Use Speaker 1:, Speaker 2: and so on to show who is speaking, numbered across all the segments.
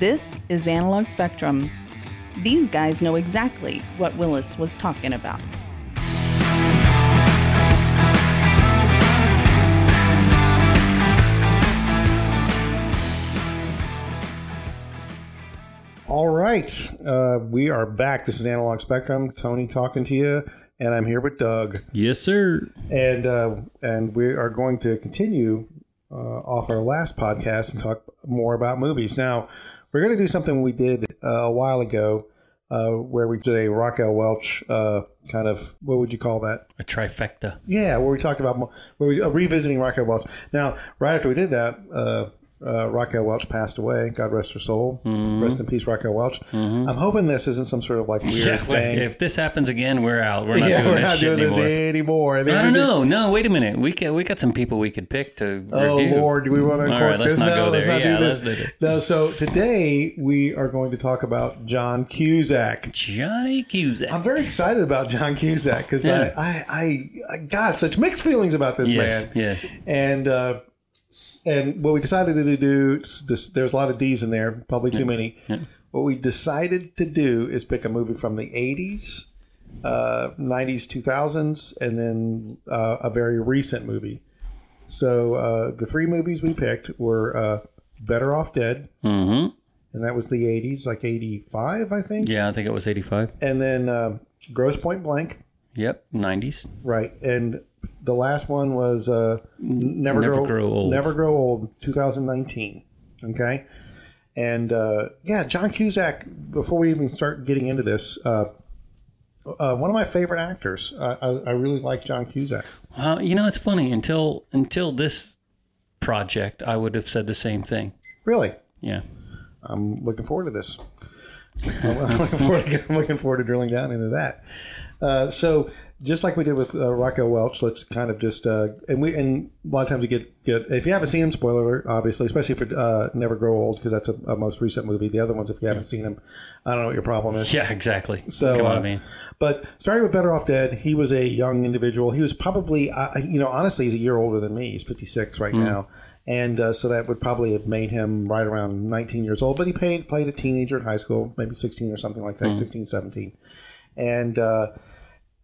Speaker 1: This is Analog Spectrum. These guys know exactly what Willis was talking about.
Speaker 2: All right, uh, we are back. This is Analog Spectrum. Tony talking to you, and I'm here with Doug,
Speaker 3: Yes, sir.
Speaker 2: and uh, and we are going to continue uh, off our last podcast and talk more about movies. Now, we're going to do something we did uh, a while ago, uh, where we did a Raquel Welch uh, kind of what would you call that?
Speaker 3: A trifecta.
Speaker 2: Yeah, where we talked about mo- where we uh, revisiting Raquel Welch. Now, right after we did that, uh, uh, Raquel Welch passed away. God rest her soul.
Speaker 3: Mm.
Speaker 2: Rest in peace, Raquel Welch. I'm hoping this isn't some sort of like weird
Speaker 3: Mm-hmm. Yeah, like,
Speaker 2: thing.
Speaker 3: if this happens again, we're out. We're not
Speaker 2: yeah,
Speaker 3: doing
Speaker 2: we're
Speaker 3: this
Speaker 2: not
Speaker 3: shit
Speaker 2: doing
Speaker 3: anymore.
Speaker 2: this anymore. And then
Speaker 3: I don't
Speaker 2: we did-
Speaker 3: know. No, wait a minute. We can, we got some people we could pick to
Speaker 2: Oh
Speaker 3: review.
Speaker 2: Lord, do we want to
Speaker 3: All
Speaker 2: cork
Speaker 3: right, let's
Speaker 2: this?
Speaker 3: not
Speaker 2: no,
Speaker 3: go
Speaker 2: let's
Speaker 3: there.
Speaker 2: not
Speaker 3: Yeah,
Speaker 2: do
Speaker 3: let's
Speaker 2: this.
Speaker 3: do it.
Speaker 2: No, so today we are going to talk about John Cusack.
Speaker 3: Johnny Cusack.
Speaker 2: I'm very excited about John Cusack because
Speaker 3: Yeah.
Speaker 2: I, I, I, I got such mixed feelings about this
Speaker 3: yes,
Speaker 2: man.
Speaker 3: yes.
Speaker 2: and uh, s- and what we decided to do it's this, there's a lot of D's in there, probably too many. What we decided to do is pick a movie from the 80s, uh, 90s, 2000s, and then uh, a very recent movie. So uh, the three movies we picked were uh, Better Off Dead,
Speaker 3: hmm
Speaker 2: and that was the 80s, like 85, I think,
Speaker 3: Yeah, I think it was 85.
Speaker 2: and then uh, Gross Point Blank,
Speaker 3: Yep, 90s.
Speaker 2: right, and the last one was uh, Never,
Speaker 3: Never
Speaker 2: grow,
Speaker 3: Grow Old.
Speaker 2: Never Grow Old, 2019. Okay. And uh, yeah, John Cusack, before we even start getting into this, uh, uh, one of my favorite actors. I, I, I really like John Cusack.
Speaker 3: Well, you know, it's funny. Until until this project, I would have said the same thing.
Speaker 2: Really.
Speaker 3: Yeah.
Speaker 2: I'm looking forward to this. I'm looking forward, I'm looking forward to drilling down into that. Uh, so, just like we did with uh, Rocco Welch, let's kind of just uh, and we and a lot of times we get get if you haven't seen him, spoiler alert, obviously, especially for uh, Never Grow Old because that's a, a most recent movie. The other ones, if you haven't seen them, I don't know what your problem is.
Speaker 3: Yeah, exactly.
Speaker 2: So,
Speaker 3: Come
Speaker 2: uh,
Speaker 3: on, man.
Speaker 2: But starting with Better Off Dead, he was a young individual. He was probably, uh, you know, honestly, he's a year older than me. He's 56 right now. And uh, so that would probably have made him right around 19 years old. But he played, played a teenager in high school, maybe 16 or something like that, 16, 17. And uh,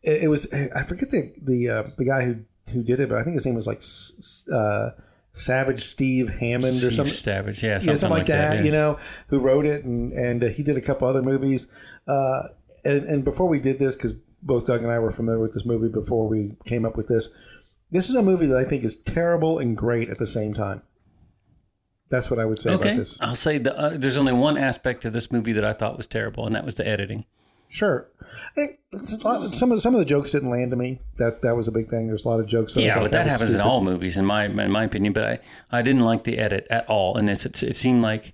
Speaker 2: it, it was, I forget the the, uh, the guy who, who did it, but I think his name was like S- S- uh, Savage Steve Hammond or
Speaker 3: Steve
Speaker 2: something
Speaker 3: Savage. Yeah, something,
Speaker 2: yeah, something like, that,
Speaker 3: yeah.
Speaker 2: you know, who wrote it and and uh, he did a couple other movies. Uh, and, and before we did this, because both Doug and I were familiar with this movie before we came up with this, this is a movie that I think is terrible and great at the same time. That's what I would say about
Speaker 3: Okay,
Speaker 2: this.
Speaker 3: I'll say the, uh, there's only one aspect to this movie that I thought was terrible, and that was the editing.
Speaker 2: Sure, Hey, it's a lot- some of some of the jokes didn't land to me. That that was a big thing. There's a lot of jokes. I
Speaker 3: yeah,
Speaker 2: thought
Speaker 3: but that
Speaker 2: was
Speaker 3: happens in
Speaker 2: stupid.
Speaker 3: all movies, in my in my opinion. But I, I didn't like the edit at all, and it's, it's it seemed like,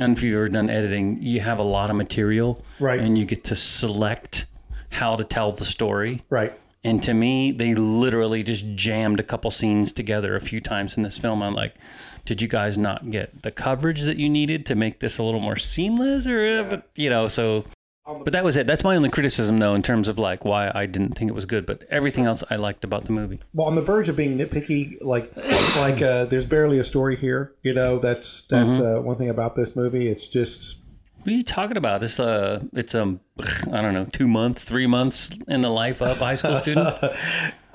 Speaker 3: and if you've ever done editing, you have a lot of material,
Speaker 2: Right.
Speaker 3: And you get to select how to tell the story.
Speaker 2: Right.
Speaker 3: And to me, they literally just jammed a couple scenes together a few times in this film. I'm like, did you guys not get the coverage that you needed to make this a little more seamless, or uh, but you know, so.
Speaker 2: Um,
Speaker 3: But that was it. That's my only criticism, though, in terms of like why I didn't think it was good. But everything else I liked about the movie.
Speaker 2: well on the verge of being nitpicky like like uh there's barely a story here you know that's that's
Speaker 3: Mm-hmm.
Speaker 2: uh, one thing about this movie it's just
Speaker 3: What are you talking about? It's uh, it's um, I don't know, two months, three months in the life of a high school student.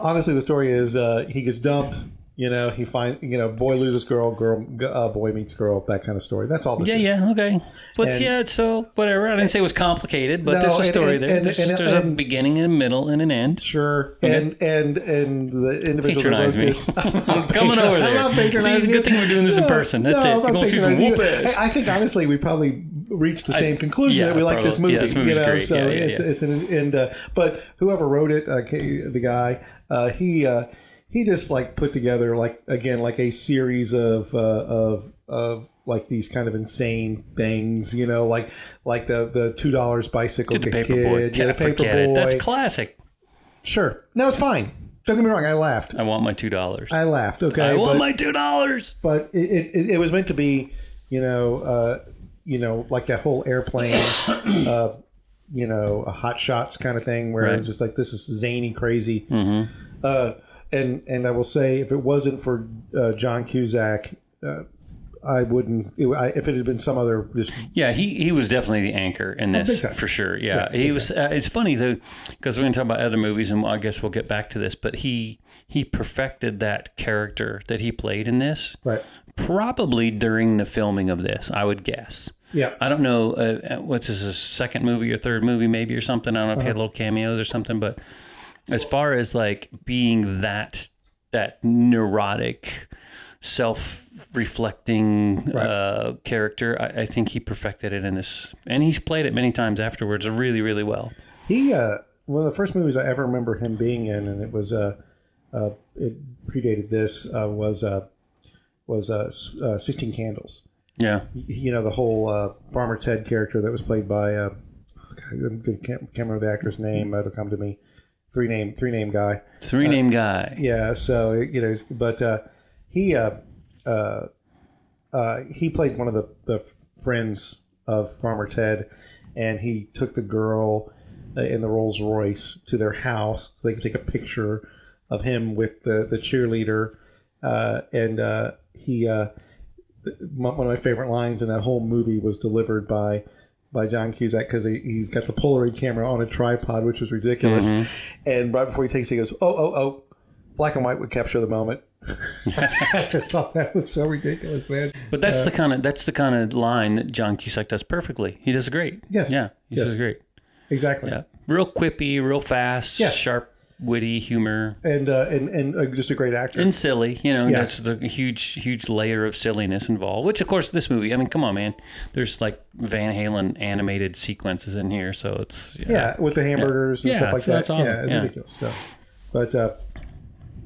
Speaker 2: honestly the story is uh he gets dumped you know he find you know boy loses girl girl g- uh, boy meets girl that kind of story that's all this
Speaker 3: yeah,
Speaker 2: is
Speaker 3: yeah, okay. But
Speaker 2: And-
Speaker 3: yeah, so whatever. I didn't say it was complicated, but
Speaker 2: No,
Speaker 3: there's a
Speaker 2: and-
Speaker 3: story
Speaker 2: and-
Speaker 3: there.
Speaker 2: and-
Speaker 3: there's
Speaker 2: and-
Speaker 3: there's a
Speaker 2: and-
Speaker 3: beginning, and a middle, and an end.
Speaker 2: Sure, and and and the individual that
Speaker 3: Patronize
Speaker 2: wrote
Speaker 3: me.
Speaker 2: this,
Speaker 3: I'm coming over there.
Speaker 2: I'm not patronizing
Speaker 3: See, it's a good
Speaker 2: you.
Speaker 3: thing we're doing this in person. That's it.
Speaker 2: I'm
Speaker 3: You're
Speaker 2: not
Speaker 3: gonna see some
Speaker 2: patronizing you.
Speaker 3: whoop-ass.
Speaker 2: I, I think honestly, we probably reached the same conclusion
Speaker 3: yeah,
Speaker 2: that we like this movie.
Speaker 3: probably. Yeah, this movie's
Speaker 2: you know,
Speaker 3: great.
Speaker 2: so
Speaker 3: Yeah, yeah,
Speaker 2: it's
Speaker 3: yeah.
Speaker 2: it's an and uh, but whoever wrote it, uh, K- the guy, uh, he uh, he just like put together like again like a series of uh, of of like these kind of insane things, you know, like like the the two dollars bicycle
Speaker 3: Did the
Speaker 2: to
Speaker 3: paperboy.
Speaker 2: kid, yeah,
Speaker 3: Can't
Speaker 2: the
Speaker 3: forget it. That's
Speaker 2: Paperboy.
Speaker 3: classic.
Speaker 2: Sure. No, it's fine. Don't get me wrong. I laughed.
Speaker 3: I want my two dollars.
Speaker 2: I laughed. Okay.
Speaker 3: I want
Speaker 2: but,
Speaker 3: my two dollars.
Speaker 2: but it, it, it was meant to be, you know, uh, you know, like that whole airplane, uh, you know, a hot shots kind of thing where it
Speaker 3: Right. Mm-hmm.
Speaker 2: was just like, this is zany, crazy. Uh, and, and I will say if it wasn't for, uh, John Cusack, uh, I wouldn't. It, I, if it had been some other, just
Speaker 3: Yeah, he, he was definitely the anchor in this
Speaker 2: Oh, big time.
Speaker 3: for sure. Yeah,
Speaker 2: Yeah,
Speaker 3: he was. Uh, it's funny though because we're going to talk about other movies, and I guess we'll get back to this. But he he perfected that character that he played in this
Speaker 2: right,
Speaker 3: probably during the filming of this. I would guess.
Speaker 2: yeah,
Speaker 3: I don't know uh, what's his his second movie or third movie maybe or something. I don't know if he had
Speaker 2: Uh-huh.
Speaker 3: little cameos or something, but as far as like being that that neurotic, self-reflecting uh, character, I, I think he perfected it in this, and he's played it many times afterwards, really, really well.
Speaker 2: He uh, one of the first movies I ever remember him being in, and it was uh, uh, it predated this uh, was uh, was uh, S- uh, Sixteen Candles.
Speaker 3: Yeah,
Speaker 2: Y- You know the whole uh, Farmer Ted character that was played by uh, oh, God, I can't, can't remember the actor's name. It'll come to me. Three name three name guy.
Speaker 3: three name guy.
Speaker 2: Yeah, so you know, but uh, he uh, uh, uh, he played one of the, the friends of Farmer Ted, and he took the girl uh, in the Rolls Royce to their house so they could take a picture of him with the the cheerleader, uh, and uh, he. Uh, my- one of my favorite lines in that whole movie was delivered by by John Cusack because he, he's got the Polaroid camera on a tripod, which was ridiculous. And right before he takes it, he goes, "Oh, oh, oh!" Black and white would capture the moment. I just thought that was so ridiculous, man.
Speaker 3: But that's the kind of that's the kind of line that John Cusack does perfectly. He does great.
Speaker 2: Yes.
Speaker 3: Yeah, he
Speaker 2: Yes.
Speaker 3: does great.
Speaker 2: Exactly.
Speaker 3: Yeah, real quippy, real fast,
Speaker 2: Yeah.
Speaker 3: sharp, witty humor.
Speaker 2: And uh, and and uh, just a great actor.
Speaker 3: and silly. You know,
Speaker 2: Yeah.
Speaker 3: that's the huge, huge layer of silliness involved. Which, of course, this movie. I mean, come on, man. There's like Van Halen animated sequences in here, so it's
Speaker 2: yeah, with the hamburgers and
Speaker 3: Yeah,
Speaker 2: stuff like
Speaker 3: so
Speaker 2: that.
Speaker 3: that's awesome.
Speaker 2: Yeah, it's
Speaker 3: Yeah.
Speaker 2: ridiculous. So, but uh,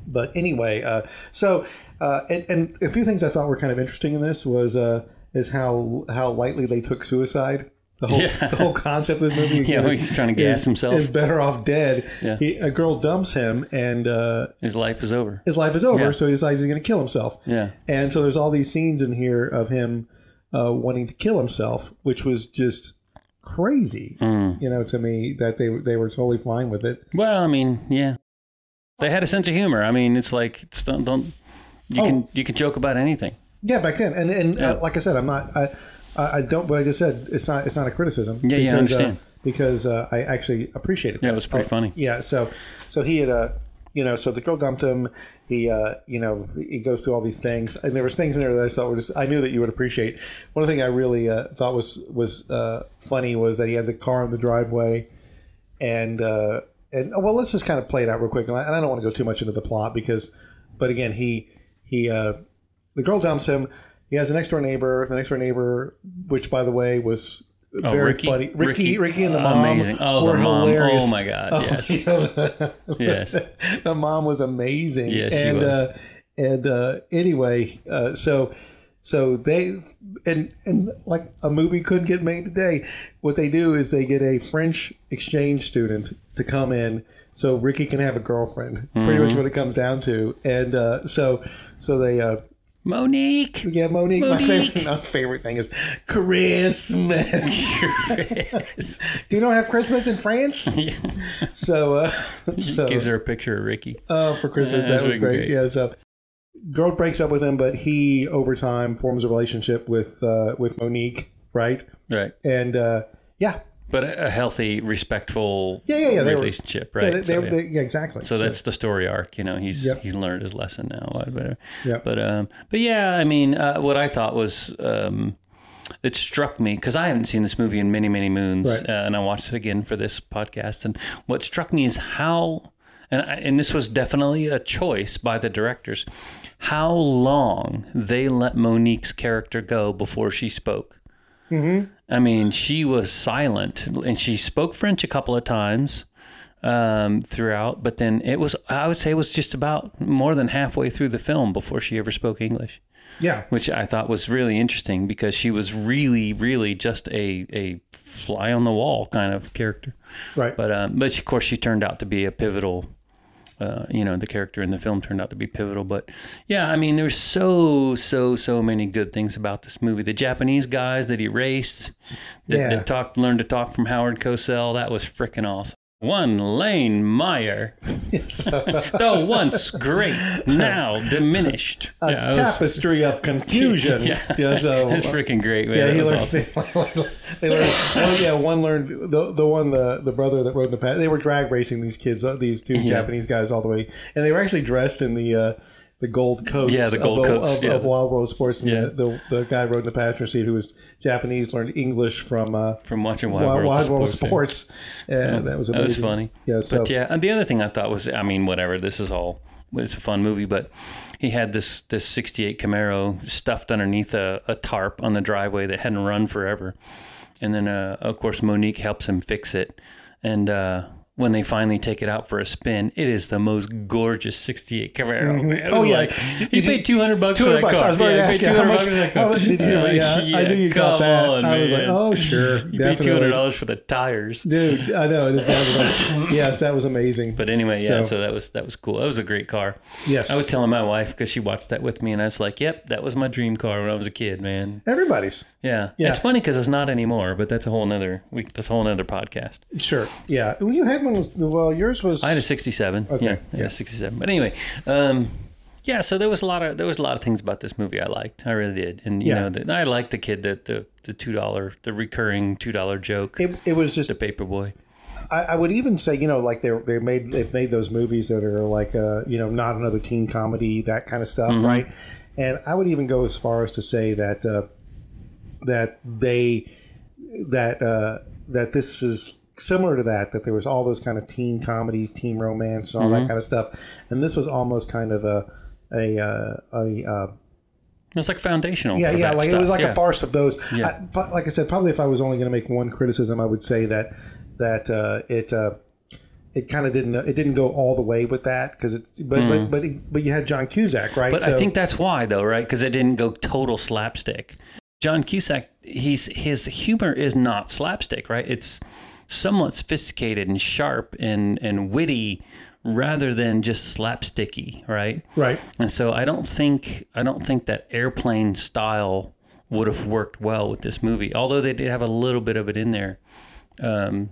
Speaker 2: but anyway, uh, so uh, and, and a few things I thought were kind of interesting in this was uh, is how how lightly they took suicide. The whole,
Speaker 3: Yeah.
Speaker 2: the whole concept of this movie
Speaker 3: Yeah,
Speaker 2: is,
Speaker 3: he's trying to gas
Speaker 2: is-
Speaker 3: himself.
Speaker 2: is better off dead.
Speaker 3: Yeah.
Speaker 2: He, a girl dumps him, and uh,
Speaker 3: his life is over.
Speaker 2: his life is over.
Speaker 3: Yeah.
Speaker 2: So he decides he's going to kill himself.
Speaker 3: Yeah.
Speaker 2: And so there's all these scenes in here of him uh, wanting to kill himself, which was just crazy,
Speaker 3: Mm.
Speaker 2: you know, to me that they they were totally fine with it.
Speaker 3: Well, I mean, yeah, they had a sense of humor. I mean, it's like it's don't, don't you
Speaker 2: Oh.
Speaker 3: can you can joke about anything.
Speaker 2: Yeah, back then, and and
Speaker 3: Yeah.
Speaker 2: uh, like I said, I'm not I I I don't what I just said. It's not it's not a criticism.
Speaker 3: Yeah, yeah, I understand.
Speaker 2: Uh, because uh, I actually appreciated.
Speaker 3: Yeah,
Speaker 2: that.
Speaker 3: it was pretty
Speaker 2: Oh,
Speaker 3: funny.
Speaker 2: Yeah, so so he had a. You know, so the girl dumped him. He, uh, you know, he goes through all these things, and there was things in there that I thought were just. I knew that you would appreciate. One thing I really uh, thought was was uh, funny was that he had the car in the driveway, and uh, and oh, well, let's just kind of play it out real quick. And I, and I don't want to go too much into the plot because, but again, he he uh, the girl dumps him. He has a next door neighbor. The next door neighbor, which by the way was
Speaker 3: Oh,
Speaker 2: very
Speaker 3: Ricky?
Speaker 2: funny, Ricky,
Speaker 3: Ricky.
Speaker 2: Ricky, and the mom
Speaker 3: Amazing. Oh, the
Speaker 2: were
Speaker 3: mom.
Speaker 2: hilarious.
Speaker 3: Oh my God. Yes.
Speaker 2: you know, the,
Speaker 3: Yes.
Speaker 2: the mom was amazing.
Speaker 3: Yes, she
Speaker 2: and,
Speaker 3: was.
Speaker 2: Uh, and uh, anyway, uh, so so they and and like a movie could get made today. What they do is they get a French exchange student to come in, so Ricky can have a girlfriend. Pretty
Speaker 3: Mm-hmm.
Speaker 2: much what it comes down to. And uh, so so they. Uh,
Speaker 3: Monique.
Speaker 2: yeah, Monique. My
Speaker 3: Monique.
Speaker 2: favorite, my favorite thing is Christmas. you don't have Christmas in France,
Speaker 3: Yeah.
Speaker 2: so uh, so
Speaker 3: Gives her a picture of Ricky.
Speaker 2: uh, for Christmas
Speaker 3: That's
Speaker 2: that was
Speaker 3: really
Speaker 2: great.
Speaker 3: great.
Speaker 2: Yeah, so girl breaks up with him, but he over time forms a relationship with uh, with Monique, right?
Speaker 3: Right.
Speaker 2: And uh, yeah,
Speaker 3: But a a healthy, respectful
Speaker 2: Yeah, yeah, yeah, they were-
Speaker 3: relationship,
Speaker 2: yeah,
Speaker 3: right?
Speaker 2: they,
Speaker 3: So,
Speaker 2: they-
Speaker 3: yeah.
Speaker 2: they- yeah, exactly.
Speaker 3: So that's the story arc. You know, he's
Speaker 2: Yep.
Speaker 3: he's learned his lesson now. What- Whatever.
Speaker 2: Yep.
Speaker 3: But um, but yeah, I mean, uh, what I thought was um, it struck me because I haven't seen this movie in many many moons,
Speaker 2: Right.
Speaker 3: uh, and I watched it again for this podcast. And what struck me is how, and I, and this was definitely a choice by the directors, how long they let Monique's character go before she spoke.
Speaker 2: Mm-hmm.
Speaker 3: I mean, she was silent and she spoke French a couple of times um, throughout, but then it was, I would say, it was just about more than halfway through the film before she ever spoke English,
Speaker 2: yeah,
Speaker 3: which I thought was really interesting because she was really, really just a, a fly on the wall kind of character.
Speaker 2: right.
Speaker 3: But, um, but of course, she turned out to be a pivotal. Uh, you know the character in the film turned out to be pivotal, but yeah, I mean there's so so so many good things about this movie. The Japanese guys that he raced, that,
Speaker 2: Yeah.
Speaker 3: that talked learned to talk from Howard Cosell, that was freaking awesome. one Lane Meyer,
Speaker 2: Yes.
Speaker 3: though once great, now diminished.
Speaker 2: a
Speaker 3: Yeah, it was-
Speaker 2: tapestry of confusion.
Speaker 3: Yeah.
Speaker 2: so
Speaker 3: it's freaking great. Man.
Speaker 2: yeah,
Speaker 3: That
Speaker 2: he
Speaker 3: was
Speaker 2: learned.
Speaker 3: awesome.
Speaker 2: They learned one, yeah, one learned the the one the the brother that rode in the past. They were drag racing these kids, uh, these two Japanese guys, all the way, and they were actually dressed in the. Uh, the gold coats,
Speaker 3: Yeah, the gold
Speaker 2: of,
Speaker 3: coats,
Speaker 2: of,
Speaker 3: yeah.
Speaker 2: of Wild World Sports, and
Speaker 3: Yeah.
Speaker 2: the, the, the guy rode in the passenger seat who was Japanese learned English from uh,
Speaker 3: From watching Wild,
Speaker 2: Wild, Wild,
Speaker 3: World,
Speaker 2: World
Speaker 3: Sports. yeah.
Speaker 2: Sports. Yeah, that was
Speaker 3: That was
Speaker 2: amazing.
Speaker 3: funny.
Speaker 2: Yeah, so
Speaker 3: But yeah, and the other thing I thought was, I mean, whatever. This is all. It's a fun movie, but he had this this '68 Camaro stuffed underneath a, a tarp on the driveway that hadn't run forever, and then uh, of course Monique helps him fix it, and uh, when they finally take it out for a spin, it is the most gorgeous '68 Camaro. man. It
Speaker 2: Oh,
Speaker 3: was
Speaker 2: yeah.
Speaker 3: like,
Speaker 2: You
Speaker 3: he
Speaker 2: did-
Speaker 3: paid 200 bucks for
Speaker 2: 200
Speaker 3: that
Speaker 2: bucks.
Speaker 3: car.
Speaker 2: I was about
Speaker 3: Yeah,
Speaker 2: to
Speaker 3: he
Speaker 2: ask
Speaker 3: paid
Speaker 2: you how
Speaker 3: 200
Speaker 2: much.
Speaker 3: bucks for that
Speaker 2: How
Speaker 3: car.
Speaker 2: much did you?
Speaker 3: Yeah,
Speaker 2: yeah, I knew you got
Speaker 3: come
Speaker 2: that.
Speaker 3: on,
Speaker 2: I was like,
Speaker 3: man.
Speaker 2: oh sure,
Speaker 3: You paid
Speaker 2: definitely.
Speaker 3: two hundred dollars for the tires.
Speaker 2: Dude, I know it is. yes, that was amazing.
Speaker 3: But anyway,
Speaker 2: So-
Speaker 3: yeah. So. that was that was cool. That was a great car.
Speaker 2: Yes.
Speaker 3: I was telling my wife because she watched that with me, and I was like, "Yep, that was my dream car when I was a kid, man."
Speaker 2: Everybody's
Speaker 3: Yeah.
Speaker 2: Yeah.
Speaker 3: It's funny because it's not anymore, but that's a whole nother we That's a whole nother podcast.
Speaker 2: sure. Yeah, well, you had one. Well, yours was.
Speaker 3: I had a '67.
Speaker 2: Okay,
Speaker 3: Yeah, yeah, '67. But anyway, um, yeah. So there was a lot of there was a lot of things about this movie I liked. I really did, and you
Speaker 2: Yeah.
Speaker 3: know, the, I liked the kid that the the two dollar the recurring two dollar joke,
Speaker 2: It, it was just.
Speaker 3: the paper boy.
Speaker 2: I, I would even say, you know, like they they made they've made those movies that are like, uh, you know, not another teen comedy, that kind of stuff, right? And I would even go as far as to say that uh, that they that uh, that this is similar to that that there was all those kind of teen comedies teen romance and all that kind of stuff and this was almost kind of a a uh, a uh,
Speaker 3: It was like foundational.
Speaker 2: yeah
Speaker 3: for
Speaker 2: yeah
Speaker 3: that
Speaker 2: like it
Speaker 3: stuff.
Speaker 2: was like
Speaker 3: yeah.
Speaker 2: a farce of those
Speaker 3: Yeah.
Speaker 2: I, but like i said probably if i was only going to make one criticism i would say that that uh, it uh, it kind of didn't it didn't go all the way with that because it but but but, it, but you had john cusack right
Speaker 3: Hmm. But I
Speaker 2: So-
Speaker 3: think that's why, though, right? Because it didn't go total slapstick. John Cusack, he's his humor is not slapstick, right? It's somewhat sophisticated and sharp and and witty, rather than just slapsticky, right?
Speaker 2: right
Speaker 3: And so I don't think I don't think that airplane style would have worked well with this movie. Although they did have a little bit of it in there. Um,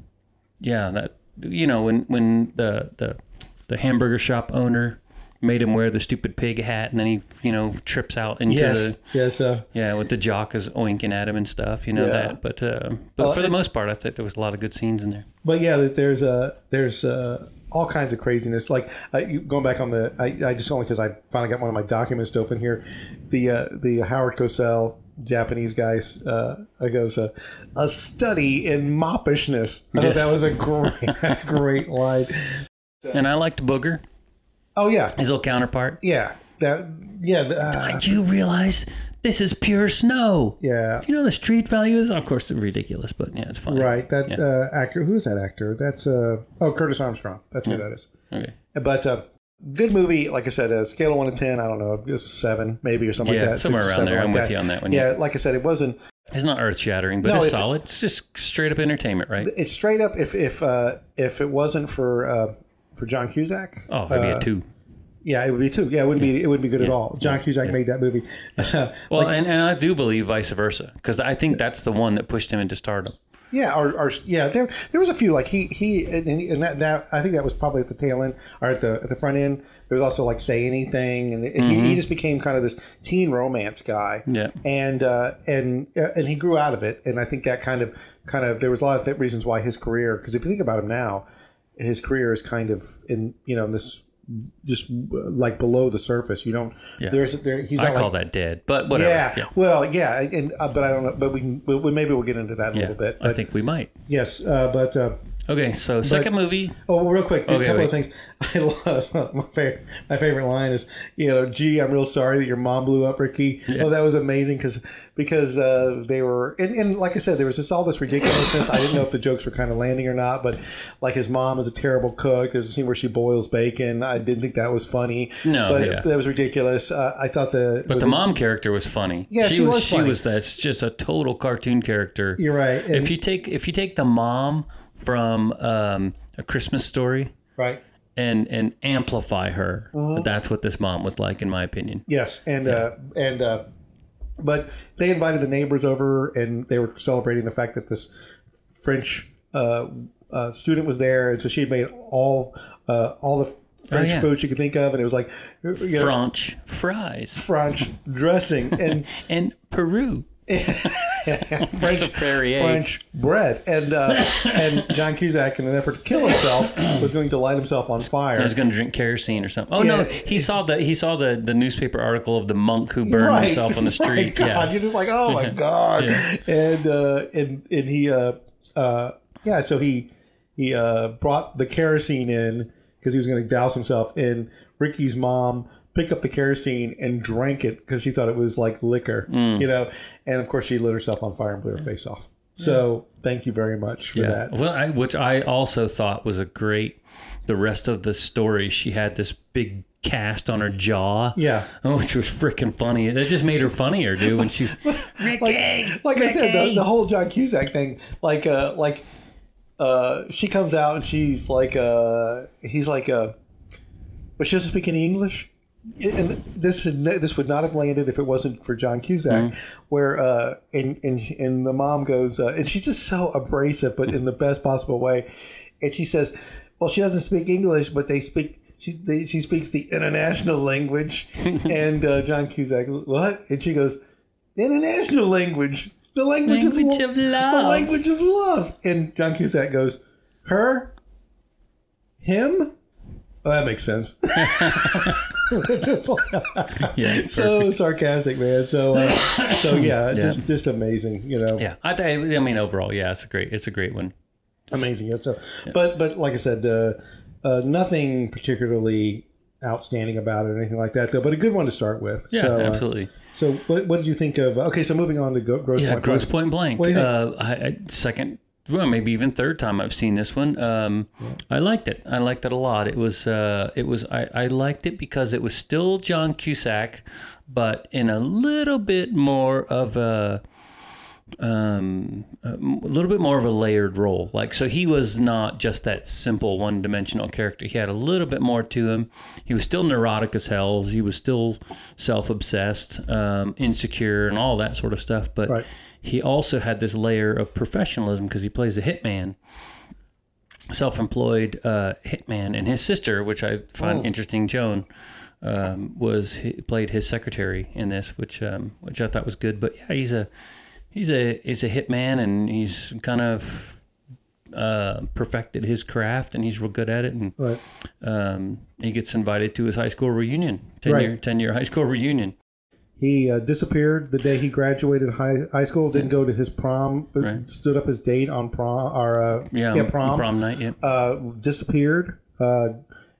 Speaker 3: yeah, that you know when when the the the hamburger shop owner made him wear the stupid pig hat, and then he you know trips out into
Speaker 2: yes
Speaker 3: the
Speaker 2: yes uh,
Speaker 3: yeah with the jock is oinking at him and stuff. You know
Speaker 2: Yeah.
Speaker 3: that, but uh, but
Speaker 2: Well,
Speaker 3: for the
Speaker 2: it-
Speaker 3: most part, I think there was a lot of good scenes in there.
Speaker 2: but yeah, there- there's uh, there's uh, all kinds of craziness. Like I, you- going back on the, I, I just only because I finally got one of my documents to open here. The uh, the Howard Cosell Japanese guys uh, I goes uh, a study in moppishness. I thought
Speaker 3: Yes.
Speaker 2: that was a great great line.
Speaker 3: And I liked Booger,
Speaker 2: Oh yeah,
Speaker 3: his little counterpart.
Speaker 2: yeah, that yeah uh,
Speaker 3: Do you realize this is pure snow?
Speaker 2: yeah.
Speaker 3: You know the street value is, of course, ridiculous, but yeah, it's funny.
Speaker 2: Right, that uh, actor. Who is that actor? That's uh, oh Curtis Armstrong. That's who that is.
Speaker 3: Okay.
Speaker 2: But uh, good movie, like I said, a scale of one to ten, I don't know, it was seven maybe or something
Speaker 3: Yeah,
Speaker 2: like that.
Speaker 3: somewhere
Speaker 2: six or
Speaker 3: around
Speaker 2: seven
Speaker 3: there.
Speaker 2: like
Speaker 3: I'm with
Speaker 2: that.
Speaker 3: you on that one,
Speaker 2: Yeah, like I said, it wasn't.
Speaker 3: It's not earth shattering, but
Speaker 2: No,
Speaker 3: it's
Speaker 2: if-
Speaker 3: solid. It's just straight up entertainment, right?
Speaker 2: It's straight up. If if uh, if it wasn't for uh, for John Cusack,
Speaker 3: Oh, it'd
Speaker 2: Uh,
Speaker 3: be a two.
Speaker 2: yeah, it would be two. Yeah, it wouldn't be it wouldn't be good at all. John Cusack made that movie.
Speaker 3: Well, and, and I do believe vice versa because I think that's the one that pushed him into stardom.
Speaker 2: Yeah, or, or yeah, there there was a few like he he and, and that, that I think that was probably at the tail end or at the at the front end. There was also like say anything, and he, he just became kind of this teen romance guy.
Speaker 3: Mm-hmm. Yeah.
Speaker 2: and uh, and uh, and he grew out of it, and I think that kind of kind of there was a lot of th- reasons why his career. Because if you think about him now, his career is kind of in you know this just uh, like below the surface. You don't
Speaker 3: Yeah.
Speaker 2: there's there, he's
Speaker 3: I
Speaker 2: not like
Speaker 3: call that dead, but whatever.
Speaker 2: yeah, well, yeah, and uh, but I don't know, but we, can, we we- maybe we'll get into that in a
Speaker 3: Yeah.
Speaker 2: little bit.
Speaker 3: I
Speaker 2: But
Speaker 3: think we might.
Speaker 2: yes, uh, but uh,
Speaker 3: Okay, so second movie.
Speaker 2: Oh, well, real quick, dude, a
Speaker 3: Okay,
Speaker 2: couple of
Speaker 3: wait.
Speaker 2: things. I love my favorite. My favorite line is, you know, "Gee, I'm real sorry that your mom blew up, Ricky." Oh, that was amazing because because uh, they were and, and like I said, there was just all this ridiculousness. I didn't know if the jokes were kind of landing or not, but like his mom is a terrible cook. There's a scene where she boils bacon. I didn't think that was funny.
Speaker 3: No,
Speaker 2: but
Speaker 3: yeah.
Speaker 2: that was ridiculous. Uh, I thought the
Speaker 3: But the mom character was funny.
Speaker 2: Yeah, she was
Speaker 3: She
Speaker 2: funny.
Speaker 3: was that's just a total cartoon character.
Speaker 2: you're right. And,
Speaker 3: If you take if you take the mom from um, a Christmas story
Speaker 2: right.
Speaker 3: and and amplify her,
Speaker 2: Mm-hmm.
Speaker 3: that's what this mom was like, in my opinion.
Speaker 2: Yes, and uh, and uh, but they invited the neighbors over, and they were celebrating the fact that this French uh, uh, student was there, and so she had made all uh, all the French
Speaker 3: Oh, yeah.
Speaker 2: food she could think of, and it was like you know,
Speaker 3: French fries
Speaker 2: French dressing and
Speaker 3: and Peru. French prairie egg.
Speaker 2: French bread, and uh, and John Cusack, in an effort to kill himself, was going to light himself on fire.
Speaker 3: I was going to drink kerosene or something. Oh
Speaker 2: Yeah.
Speaker 3: no, he saw the he saw the the newspaper article of the monk who burned
Speaker 2: Right.
Speaker 3: himself on the
Speaker 2: Right,
Speaker 3: street.
Speaker 2: God,
Speaker 3: yeah,
Speaker 2: You're just like, oh my god.
Speaker 3: Yeah.
Speaker 2: And uh, and and he uh, uh, yeah, so he he uh, brought the kerosene in because he was going to douse himself. And Ricky's mom picked up the kerosene and drank it because she thought it was like liquor,
Speaker 3: Mm.
Speaker 2: you know. And of course, she lit herself on fire and blew her face off. So thank you very much for that.
Speaker 3: Well, I, which I also thought was a great. The rest of the story, she had this big cast on her jaw.
Speaker 2: Yeah.
Speaker 3: Oh, which was freaking funny. That just made her funnier, dude. When she's Ricky,
Speaker 2: like, like I said, the, the whole John Cusack thing, like, uh, like, uh, she comes out and she's like, uh, he's like, uh, but she doesn't speak any English. And this had ne- this would not have landed if it wasn't for John Cusack, where uh, and and and the mom goes, uh, and she's just so abrasive, but in the best possible way, and she says, "Well, she doesn't speak English, but they speak." She, they, she speaks the international language, and uh, John Cusack, what? And she goes, the international language, the language,
Speaker 3: Language
Speaker 2: of,
Speaker 3: of
Speaker 2: lo-
Speaker 3: love.
Speaker 2: the language of love. And John Cusack goes, her, him. Oh, that makes sense. Just like-
Speaker 3: yeah,
Speaker 2: so sarcastic, man. So, uh, so yeah, just just amazing. You know,
Speaker 3: yeah. I, th- I mean, overall, yeah, it's a great, it's a great one.
Speaker 2: amazing. Yeah, so, but but like I said, uh, uh, nothing particularly outstanding about it or anything like that, though. But a good one to start with.
Speaker 3: Yeah,
Speaker 2: so, uh,
Speaker 3: absolutely.
Speaker 2: so what, what did you think of? Okay, so moving on to Go- Gross
Speaker 3: Yeah,
Speaker 2: Point.
Speaker 3: gross
Speaker 2: Blank.
Speaker 3: point blank.
Speaker 2: What do you think?
Speaker 3: Uh, I, I, second, well, maybe even third time I've seen this one. Um, I liked it. I liked it a lot. It was, uh, it was. I, I liked it because it was still John Cusack, but in a little bit more of a, um, a m- a little bit more of a layered role. Like, so he was not just that simple one dimensional character. He had a little bit more to him. He was still neurotic as hell. He was still self obsessed, um, insecure, and all that sort of stuff. But
Speaker 2: Right.
Speaker 3: he also had this layer of professionalism because he plays a hitman. Self employed uh, hitman and his sister, which I find interesting, Joan um, was he played his secretary in this, which um, which I thought was good. But yeah, he's a he's a he's a hitman, and he's kind of uh, perfected his craft, and he's real good at it. And
Speaker 2: Right.
Speaker 3: um, he gets invited to his high school reunion, ten
Speaker 2: Right.
Speaker 3: year ten year high school reunion.
Speaker 2: He uh, disappeared the day he graduated high, high school. Didn't go to his prom. But
Speaker 3: Right.
Speaker 2: Stood up his date on prom or uh,
Speaker 3: Yeah,
Speaker 2: prom.
Speaker 3: prom night. Yeah.
Speaker 2: Uh, disappeared. Uh,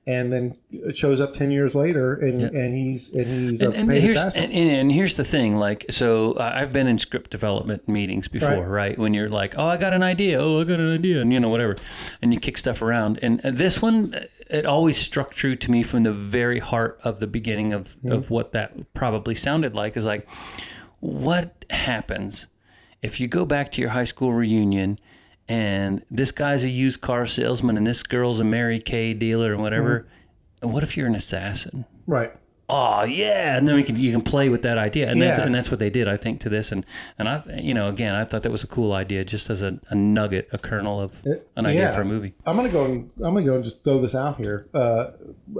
Speaker 2: and then shows up ten years later, and, and he's and he's a
Speaker 3: and,
Speaker 2: paid
Speaker 3: here's,
Speaker 2: assassin.
Speaker 3: and, and here's the thing like so I- i've been in script development meetings before right.
Speaker 2: Right.
Speaker 3: when you're like oh i got an idea oh i got an idea and you know whatever and you kick stuff around and uh, this one uh, it always struck true to me from the very heart of the beginning of, of what that probably sounded like is like what happens if you go back to your high school reunion and this guy's a used car salesman and this girl's a mary kay dealer and whatever and what if you're an assassin
Speaker 2: right.
Speaker 3: oh yeah and then we can you can play with that idea and, that's,
Speaker 2: Yeah.
Speaker 3: and that's what they did i think to this and and i th- you know again i thought that was a cool idea just as a, a nugget a kernel of an idea
Speaker 2: Uh, yeah.
Speaker 3: for a movie
Speaker 2: I'm gonna go. And, I'm gonna go and just throw this out here. Uh,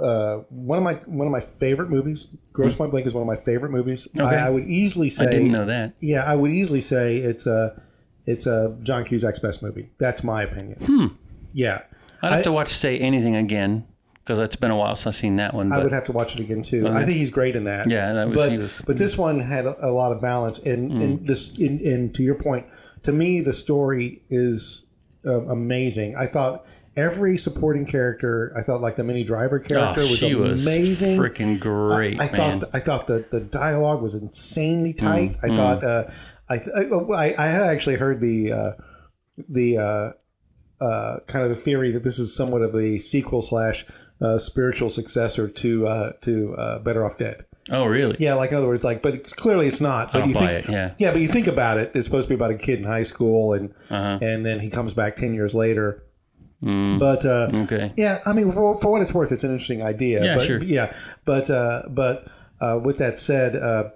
Speaker 2: uh, one of my one of my favorite movies. Gross Point Blank is one of my favorite movies.
Speaker 3: Hmm. Okay.
Speaker 2: I, I would easily say.
Speaker 3: i didn't know that
Speaker 2: Yeah, I would easily say it's a it's a John Cusack's best movie. That's my opinion.
Speaker 3: Hmm.
Speaker 2: Yeah,
Speaker 3: i'd have to watch say anything again because it's been a while since i've seen that one
Speaker 2: I
Speaker 3: but
Speaker 2: would have to watch it again too. I think he's great in that.
Speaker 3: yeah that was
Speaker 2: but
Speaker 3: he was Hmm.
Speaker 2: but this one had a, a lot of balance, and and this and, and to your point, to me the story is uh, amazing. I thought. Every supporting character, I thought like the mini driver
Speaker 3: oh,
Speaker 2: character
Speaker 3: she was
Speaker 2: was amazing.
Speaker 3: freaking great
Speaker 2: I
Speaker 3: man Mm,
Speaker 2: thought I thought the, the dialogue was insanely tight. I thought uh, I, oh, I I had actually heard the uh, the uh, uh, kind of the theory that this is somewhat of the sequel slash uh, spiritual successor to uh, to uh, Better Off Dead.
Speaker 3: oh really
Speaker 2: Yeah, like in other words, like but it's, clearly it's not. But
Speaker 3: i don't
Speaker 2: you
Speaker 3: buy
Speaker 2: think,
Speaker 3: it yeah
Speaker 2: yeah, but you think about it, it's supposed to be about a kid in high school, and
Speaker 3: uh-huh
Speaker 2: and then he comes back ten years later.
Speaker 3: Mm,
Speaker 2: But uh,
Speaker 3: okay
Speaker 2: yeah, I mean, for, for what it's worth, it's an interesting idea.
Speaker 3: Yeah,
Speaker 2: but,
Speaker 3: sure.
Speaker 2: Yeah, but uh, but uh, with that said, uh,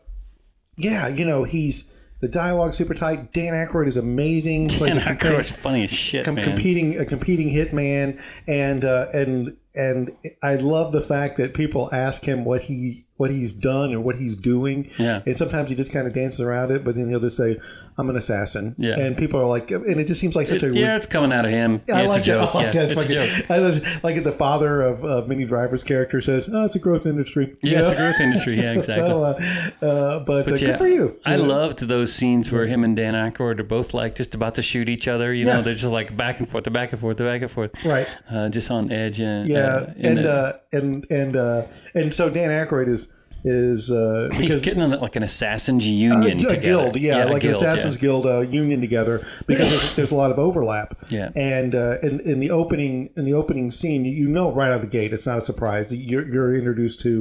Speaker 2: yeah, you know, he's The dialogue's super tight. Dan Aykroyd is amazing. Plays
Speaker 3: And
Speaker 2: a
Speaker 3: that
Speaker 2: compa-
Speaker 3: girl's funny as shit,
Speaker 2: com-
Speaker 3: man.
Speaker 2: competing a competing hitman, and uh, and and I love the fact that people ask him what he what he's done or what he's doing.
Speaker 3: Yeah.
Speaker 2: And sometimes he just kind of dances around it, but then he'll just say, "I'm an assassin."
Speaker 3: Yeah.
Speaker 2: And people are like, and it just seems like such a
Speaker 3: yeah, it's coming out of him.
Speaker 2: I
Speaker 3: Yeah, it's
Speaker 2: like
Speaker 3: a joke.
Speaker 2: That. I like
Speaker 3: yeah,
Speaker 2: that
Speaker 3: it's a
Speaker 2: fucking-
Speaker 3: joke.
Speaker 2: I was- like the father of, of Minnie Driver's character says, "Oh, it's a growth industry."
Speaker 3: Yeah, it's a growth industry. Yeah, exactly.
Speaker 2: So, uh, uh, but, uh,
Speaker 3: Yeah.
Speaker 2: good for you.
Speaker 3: I
Speaker 2: You know?
Speaker 3: loved those scenes where him and Dan Aykroyd are both like just about to shoot each other. You know,
Speaker 2: Yes.
Speaker 3: they're just like back and forth, the back and forth, the back and forth.
Speaker 2: Right.
Speaker 3: Uh, just on edge and
Speaker 2: Yeah,
Speaker 3: uh,
Speaker 2: and
Speaker 3: the-
Speaker 2: uh, and and uh, and so Dan Aykroyd is is uh,
Speaker 3: he's
Speaker 2: because
Speaker 3: getting in like an assassins union,
Speaker 2: a, Uh, a
Speaker 3: together.
Speaker 2: guild, yeah,
Speaker 3: a
Speaker 2: like an
Speaker 3: guild, yeah.
Speaker 2: Assassin's Guild uh, union together because there's, there's a lot of overlap.
Speaker 3: Yeah.
Speaker 2: and uh, in, in the opening in the opening scene, you- you know right out of the gate, it's not a surprise. You're, you're introduced to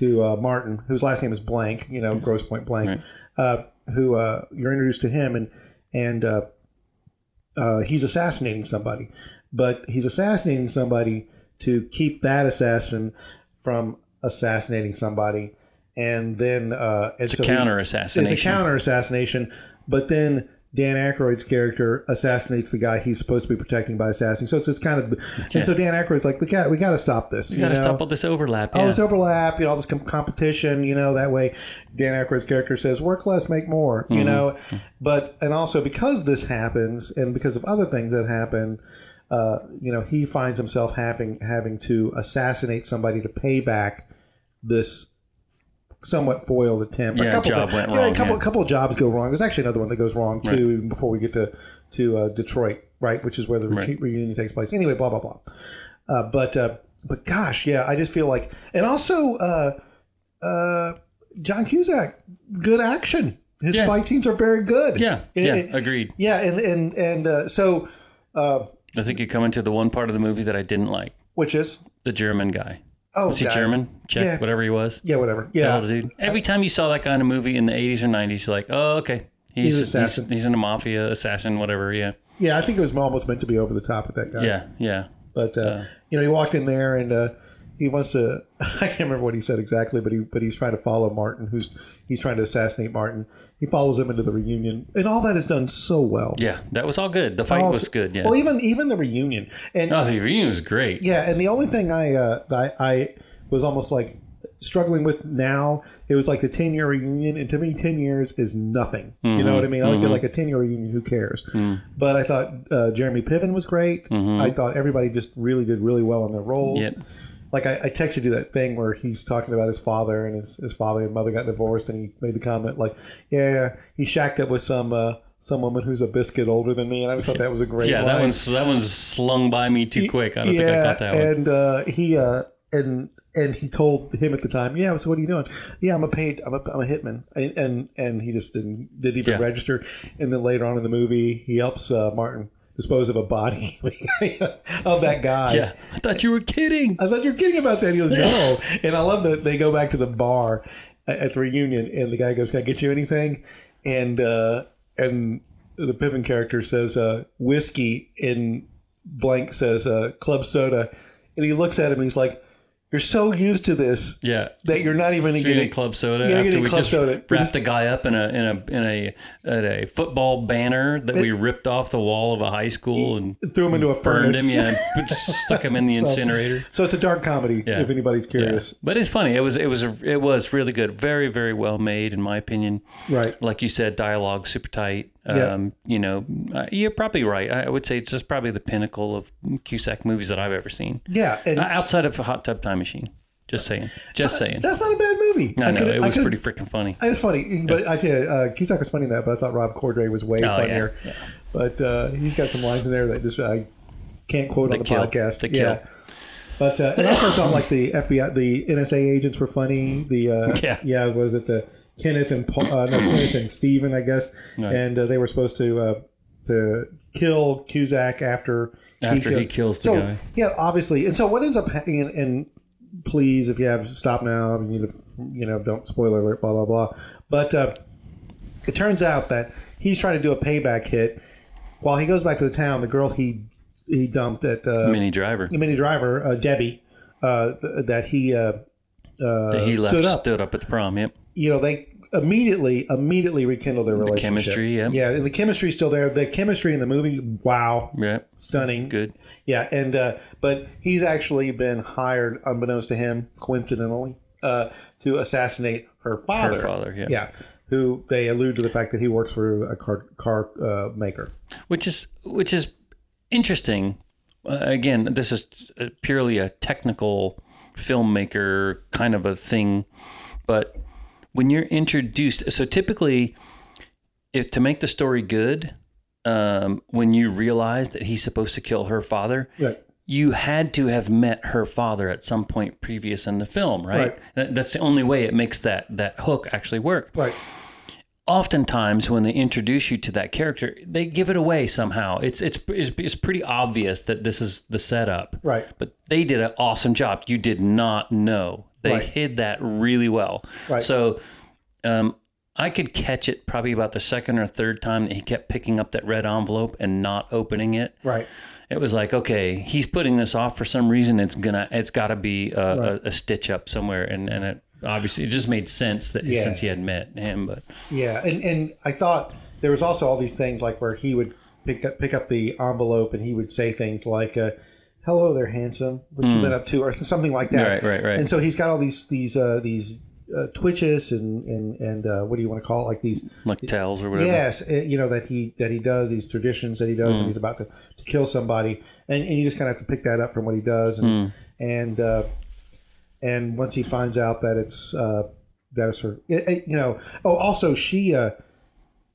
Speaker 2: to uh, Martin, whose last name is Blank, you know, Gross Point Blank, uh, who uh, you're introduced to him, and and uh, uh, he's assassinating somebody, but he's assassinating somebody to keep that assassin from assassinating somebody. And then uh, and
Speaker 3: It's
Speaker 2: so
Speaker 3: a
Speaker 2: he-
Speaker 3: counter assassination.
Speaker 2: it's a counter assassination, but then Dan Aykroyd's character assassinates the guy he's supposed to be protecting by assassinating. So it's this kind of, and so Dan Aykroyd's like, we got we got to stop this.
Speaker 3: You gotta stop all this overlap.
Speaker 2: all
Speaker 3: yeah.
Speaker 2: this Oh, overlap, you know, all this com- competition, you know, that way Dan Aykroyd's character says, work less, make more,
Speaker 3: Mm-hmm.
Speaker 2: you know. But, and also because this happens and because of other things that happen, uh, you know, he finds himself having having to assassinate somebody to pay back this somewhat foiled attempt.
Speaker 3: Yeah, job
Speaker 2: thi-
Speaker 3: went
Speaker 2: yeah,
Speaker 3: wrong,
Speaker 2: a couple,
Speaker 3: yeah.
Speaker 2: couple jobs go wrong. There's actually another one that goes wrong too, even before we get to to uh, Detroit, right? Which is where the re-
Speaker 3: Right.
Speaker 2: reunion takes place. Anyway, blah blah blah. Uh, but uh, but gosh, yeah, I just feel like, and also uh, uh, John Cusack, good action. His
Speaker 3: Yeah.
Speaker 2: fight scenes are very good.
Speaker 3: yeah,
Speaker 2: It-
Speaker 3: yeah,
Speaker 2: it-
Speaker 3: agreed.
Speaker 2: yeah, and and and uh, so, uh,
Speaker 3: I think you come into the one part of the movie that I didn't like
Speaker 2: which is
Speaker 3: the German guy.
Speaker 2: oh,
Speaker 3: Was he
Speaker 2: God.
Speaker 3: German? Czech,
Speaker 2: Yeah.
Speaker 3: whatever he was.
Speaker 2: Yeah, whatever. Yeah,
Speaker 3: Oh, dude. Every time you saw that guy in a movie in the 80s or 90s, you're like, oh, okay. He's,
Speaker 2: He's assassin.
Speaker 3: He's, he's in a mafia, assassin, whatever. Yeah.
Speaker 2: yeah. I think it was almost meant to be over the top with that guy.
Speaker 3: Yeah. Yeah.
Speaker 2: But uh, you know, he walked in there and uh, he wants to. I can't remember what he said exactly, but he but he's trying to follow Martin, who's he's trying to assassinate Martin. He follows him into the reunion, and all that is done so well.
Speaker 3: Yeah. That was all good. The fight
Speaker 2: All-
Speaker 3: was good. Yeah.
Speaker 2: Well, even even the reunion, and
Speaker 3: oh, the reunion was great.
Speaker 2: yeah, and the only thing I uh, I, I was almost like struggling with now it was like the 10 year reunion and to me 10 years is nothing you know what i
Speaker 3: Mm-hmm.
Speaker 2: mean i look at like a 10 year reunion who cares
Speaker 3: Mm.
Speaker 2: but i thought uh, jeremy piven was great i thought everybody just really did really well in their roles
Speaker 3: Mm-hmm. Yep.
Speaker 2: like I, I texted you that thing where he's talking about his father and his, his father and mother got divorced and he made the comment like yeah he shacked up with some uh, some woman who's a biscuit older than me and i just thought that was a great
Speaker 3: Yeah, that
Speaker 2: line.
Speaker 3: one's that one's slung by me too quick. I don't think I
Speaker 2: Yeah,
Speaker 3: caught that one.
Speaker 2: And uh, he uh, and and he told him at the time, yeah. So what are you doing? Yeah, I'm a paid, I'm a, I'm a hitman, and, and and he just didn't didn't even
Speaker 3: Yeah.
Speaker 2: register. And then later on in the movie, he helps uh, Martin dispose of a body of that guy.
Speaker 3: yeah, I thought you were kidding.
Speaker 2: I thought you're kidding about that. He goes, no. And I love that they go back to the bar at at the reunion, and the guy goes, "Can I get you anything?" And uh, and the Pippin character says, uh, "Whiskey," and blank says, uh, "Club soda." And he looks at him, and he's like, "You're so used to this
Speaker 3: yeah.
Speaker 2: that you're not even
Speaker 3: Straight
Speaker 2: getting."
Speaker 3: at club soda
Speaker 2: Yeah,
Speaker 3: after
Speaker 2: getting
Speaker 3: we
Speaker 2: club
Speaker 3: just
Speaker 2: soda.
Speaker 3: wrapped a guy up in a in a in a, at a football banner that we ripped off the wall of a high school and
Speaker 2: Threw him into a
Speaker 3: burned
Speaker 2: furnace.
Speaker 3: him, yeah, and stuck him in the
Speaker 2: So-
Speaker 3: incinerator.
Speaker 2: So it's a dark comedy,
Speaker 3: Yeah.
Speaker 2: if anybody's
Speaker 3: Yeah.
Speaker 2: curious.
Speaker 3: But it's funny. It was it was it was really good. Very very well made in my opinion.
Speaker 2: Right.
Speaker 3: Like you said, dialogue super tight.
Speaker 2: Yeah.
Speaker 3: Um, You know, uh, you're probably right. I would say it's just probably the pinnacle of Cusack movies that I've ever seen.
Speaker 2: Yeah, and
Speaker 3: Uh, Outside of Hot Tub Time Machine. Just saying. Just saying.
Speaker 2: that's not a bad movie.
Speaker 3: I know.
Speaker 2: coulda-
Speaker 3: It was
Speaker 2: coulda
Speaker 3: pretty freaking funny.
Speaker 2: It was funny, but I tell you, uh, Cusack was funny in that, but I thought Rob Corddry was way
Speaker 3: Oh, yeah,
Speaker 2: funnier. But uh, he's got some lines in there that just I can't quote on the
Speaker 3: kill.
Speaker 2: podcast.
Speaker 3: They
Speaker 2: yeah.
Speaker 3: kill.
Speaker 2: But uh, and also I thought like the FBI, the NSA agents were funny. The uh,
Speaker 3: Yeah.
Speaker 2: what was it the Kenneth and Paul, uh, no Kenneth and Steven, I guess, and uh, they were supposed to uh, to kill Cusack after
Speaker 3: After he
Speaker 2: killed-
Speaker 3: kills the
Speaker 2: so,
Speaker 3: guy.
Speaker 2: Yeah, obviously, and so what ends up ha- and, and please, if you have stop now, you need to, you know, don't spoiler alert, blah blah blah. But uh, it turns out that he's trying to do a payback hit. While he goes back to the town, the girl he he dumped at uh,
Speaker 3: Mini Driver.
Speaker 2: the mini driver uh, Debbie uh, th- that he uh,
Speaker 3: that he left
Speaker 2: stood
Speaker 3: stood
Speaker 2: up.
Speaker 3: up. at the prom. Yep.
Speaker 2: you know they immediately immediately rekindle their relationship.
Speaker 3: chemistry, yeah.
Speaker 2: yeah, and the chemistry's still there. The chemistry in the movie, wow,
Speaker 3: Yeah.
Speaker 2: stunning,
Speaker 3: Good.
Speaker 2: Yeah, and uh, but he's actually been hired, unbeknownst to him, coincidentally, uh, to assassinate her father.
Speaker 3: Her father, yeah.
Speaker 2: yeah, who they allude to the fact that he works for a car car uh, maker.
Speaker 3: Which is which is interesting. Uh, again, this is uh, purely a technical filmmaker kind of a thing, but when you're introduced, so typically, if to make the story good, um, when you realize that he's supposed to kill her father,
Speaker 2: Right.
Speaker 3: you had to have met her father at some point previous in the film, right?
Speaker 2: Right.
Speaker 3: That- That's the only way it makes that that hook actually work.
Speaker 2: Right.
Speaker 3: Oftentimes, when they introduce you to that character, they give it away somehow. It's it's it's, it's pretty obvious that this is the setup,
Speaker 2: Right.
Speaker 3: But they did an awesome job. You did not know. They
Speaker 2: Right.
Speaker 3: hid that really well.
Speaker 2: Right.
Speaker 3: So, um, I could catch it probably about the second or third time that he kept picking up that red envelope and not opening it
Speaker 2: Right.
Speaker 3: it was like okay he's putting this off for some reason it's gonna it's gotta be a,
Speaker 2: Right.
Speaker 3: a, a stitch up somewhere and and it obviously it just made sense that
Speaker 2: Yeah.
Speaker 3: since he had met him but
Speaker 2: Yeah, and and I thought there was also all these things like where he would pick up pick up the envelope and he would say things like. Uh, Hello there, handsome. What you been up to, or something like that.
Speaker 3: Hmm. Right, right, right.
Speaker 2: And so he's got all these these uh, these uh, twitches and and and uh, what do you want to call it? Like these
Speaker 3: like tells or whatever
Speaker 2: Yes, uh, you know that he that he does these traditions that he does when he's about to, to kill somebody, and, and you just kind of have to pick that up from what he does, and and uh, and once he finds out that it's uh, that it's her, it, it- you know. Oh, also she, uh,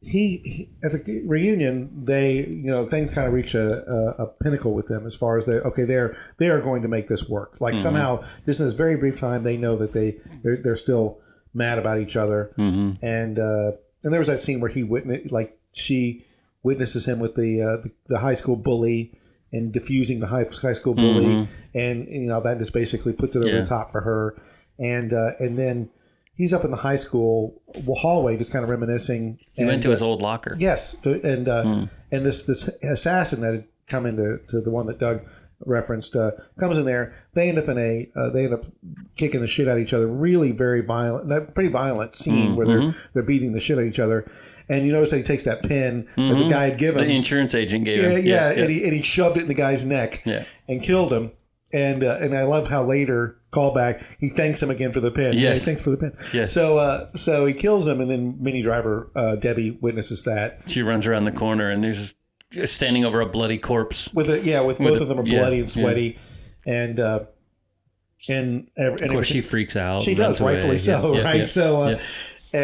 Speaker 2: he, he at the reunion they you know things kind of reach a, a, a pinnacle with them as far as they okay they're they are going to make this work like somehow just in this very brief time they know that they they're, they're still mad about each other
Speaker 3: Mm-hmm.
Speaker 2: and uh, and there was that scene where he witnessed like she witnesses him with the uh, the, the high school bully and diffusing the high, high school bully and you know that just basically puts it over
Speaker 3: Mm-hmm. Yeah.
Speaker 2: the top for her and uh, and then he's up in the high school hallway just kind of reminiscing
Speaker 3: he went
Speaker 2: uh,
Speaker 3: to his old locker
Speaker 2: Yes, to, and uh,
Speaker 3: Hmm.
Speaker 2: and this this assassin that had come into to the one that Doug referenced uh, comes in there. They end up in a uh, they end up kicking the shit out of each other. Really, very violent, that pretty violent scene
Speaker 3: Hmm.
Speaker 2: where they're
Speaker 3: Mm-hmm.
Speaker 2: they're beating the shit out of each other. And you notice that he takes that pin that the guy had given.
Speaker 3: Mm-hmm. the insurance agent gave
Speaker 2: yeah,
Speaker 3: him
Speaker 2: yeah, and he and he shoved it in the guy's neck
Speaker 3: Yeah.
Speaker 2: and killed him. And uh, and I love how later callback he thanks him again for the pin.
Speaker 3: Yes.
Speaker 2: Yeah, thanks for the pin.
Speaker 3: Yes.
Speaker 2: So uh, so he kills him, and then Mini Driver uh, Debbie witnesses that.
Speaker 3: she runs around the corner and there's just standing over a bloody corpse
Speaker 2: with it, yeah, with, both
Speaker 3: a-
Speaker 2: of them are
Speaker 3: yeah,
Speaker 2: bloody and
Speaker 3: yeah.
Speaker 2: sweaty, and uh, and ev- and
Speaker 3: of course
Speaker 2: everything-
Speaker 3: she freaks out
Speaker 2: she
Speaker 3: and
Speaker 2: does
Speaker 3: runs away.
Speaker 2: rightfully so,
Speaker 3: Yeah, yeah,
Speaker 2: right?
Speaker 3: yeah.
Speaker 2: so uh,
Speaker 3: yeah.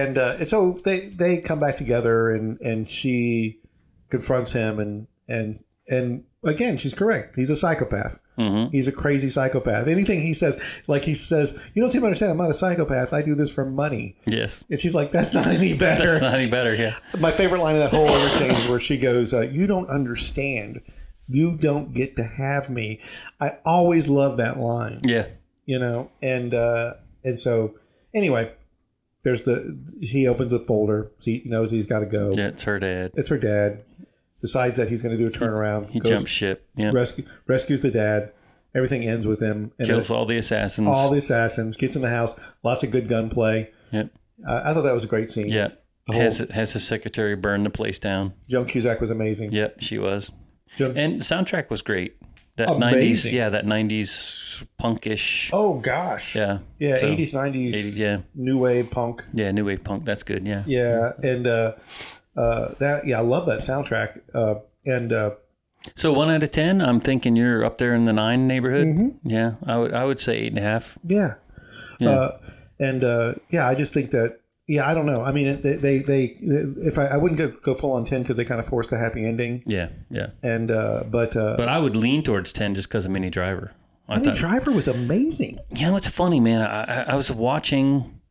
Speaker 2: and uh, and so they they come back together, and and she confronts him, and and and again, she's correct. He's a psychopath.
Speaker 3: Mhm.
Speaker 2: He's a crazy psychopath. Anything he says, like he says, you don't seem to understand. I'm not a psychopath. I do this for money.
Speaker 3: yes
Speaker 2: And she's like, that's not any better.
Speaker 3: that's not any better yeah
Speaker 2: My favorite line in that whole interchange is where she goes, uh, "You don't understand. You don't get to have me." I always love that line,
Speaker 3: yeah
Speaker 2: you know. And uh, and so anyway, there's the he opens the folder. So he knows he's got to go.
Speaker 3: yeah it's her dad
Speaker 2: It's her dad. Decides that he's going to do a turnaround.
Speaker 3: he
Speaker 2: goes
Speaker 3: jumps ship yeah
Speaker 2: rescue rescues the dad. Everything ends with him and
Speaker 3: kills all the assassins
Speaker 2: all the assassins. Gets in the house. Lots of good gunplay.
Speaker 3: Yep.
Speaker 2: Uh, I thought that was a great scene.
Speaker 3: yeah
Speaker 2: The whole-
Speaker 3: has has his secretary burn the place down
Speaker 2: Joan Cusack was amazing.
Speaker 3: Yep, she was.
Speaker 2: Joan-
Speaker 3: And the soundtrack was great. That
Speaker 2: Amazing.
Speaker 3: 90s, yeah, that 90s punkish.
Speaker 2: Oh gosh.
Speaker 3: Yeah.
Speaker 2: Yeah,
Speaker 3: So,
Speaker 2: eighties, nineties,
Speaker 3: Yeah.
Speaker 2: new wave punk.
Speaker 3: Yeah, new wave punk, that's good, yeah.
Speaker 2: Yeah, and uh, uh, that yeah, I love that soundtrack. Uh, and uh,
Speaker 3: So 1 out of 10, I'm thinking you're up there in the 9 neighborhood.
Speaker 2: Mm-hmm.
Speaker 3: Yeah, I would I would say 8.5.
Speaker 2: yeah, Uh, and uh, yeah, I just think that yeah, I don't know. I mean, they they, they if I, I wouldn't go, go full on ten because they kind of forced the happy ending.
Speaker 3: Yeah, yeah.
Speaker 2: And uh, but uh,
Speaker 3: But I would lean towards 10 just because of Mini Driver. I
Speaker 2: Minnie Driver was amazing.
Speaker 3: you know it's funny man I, I- I was watching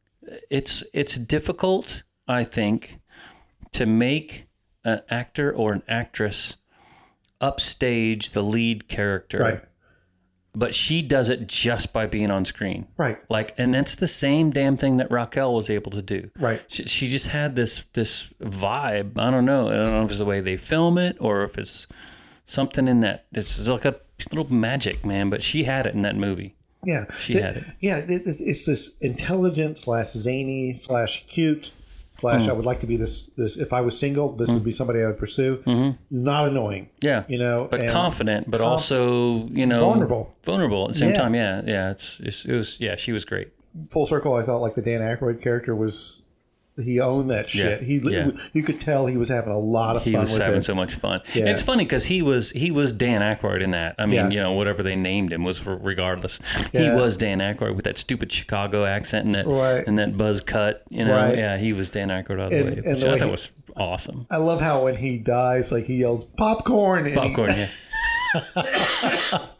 Speaker 3: it's it's difficult i think to make an actor or an actress upstage the lead character
Speaker 2: Right,
Speaker 3: but she does it just by being on screen
Speaker 2: right,
Speaker 3: like and that's the same damn thing that raquel was able to do
Speaker 2: right,
Speaker 3: she, she just had this this vibe i don't know i don't know if it's the way they film it or if it's something in that it's like a little magic man but she had it in that movie
Speaker 2: yeah.
Speaker 3: she
Speaker 2: Th-
Speaker 3: had it
Speaker 2: Yeah, it, it- it's this intelligent slash zany slash cute
Speaker 3: Hmm.
Speaker 2: slash I would like to be this this if I was single this would be somebody I would pursue. Not annoying.
Speaker 3: Yeah.
Speaker 2: You know,
Speaker 3: Mm-hmm. but
Speaker 2: and-
Speaker 3: confident, but also you know
Speaker 2: Vulnerable.
Speaker 3: vulnerable at the same
Speaker 2: Yeah.
Speaker 3: time. Yeah, yeah. It's, it's it was yeah. She was great.
Speaker 2: full circle, I thought like the Dan Aykroyd character was he owned that shit. He
Speaker 3: yeah.
Speaker 2: you could tell he was having a lot of
Speaker 3: He
Speaker 2: fun
Speaker 3: was
Speaker 2: with
Speaker 3: having
Speaker 2: it.
Speaker 3: so much fun.
Speaker 2: Yeah.
Speaker 3: It's funny because he was he was Dan Aykroyd in that. I mean,
Speaker 2: Yeah.
Speaker 3: you know, whatever they named him was for, regardless. He
Speaker 2: Yeah.
Speaker 3: was Dan Aykroyd with that stupid Chicago accent and that
Speaker 2: Right.
Speaker 3: and that buzz cut. You know,
Speaker 2: Right.
Speaker 3: yeah, he was Dan Aykroyd all the
Speaker 2: And-
Speaker 3: way.
Speaker 2: and the
Speaker 3: Which I
Speaker 2: way
Speaker 3: thought
Speaker 2: he-
Speaker 3: was awesome.
Speaker 2: I love how when he dies, like he yells popcorn. And
Speaker 3: Popcorn. yeah.
Speaker 2: He,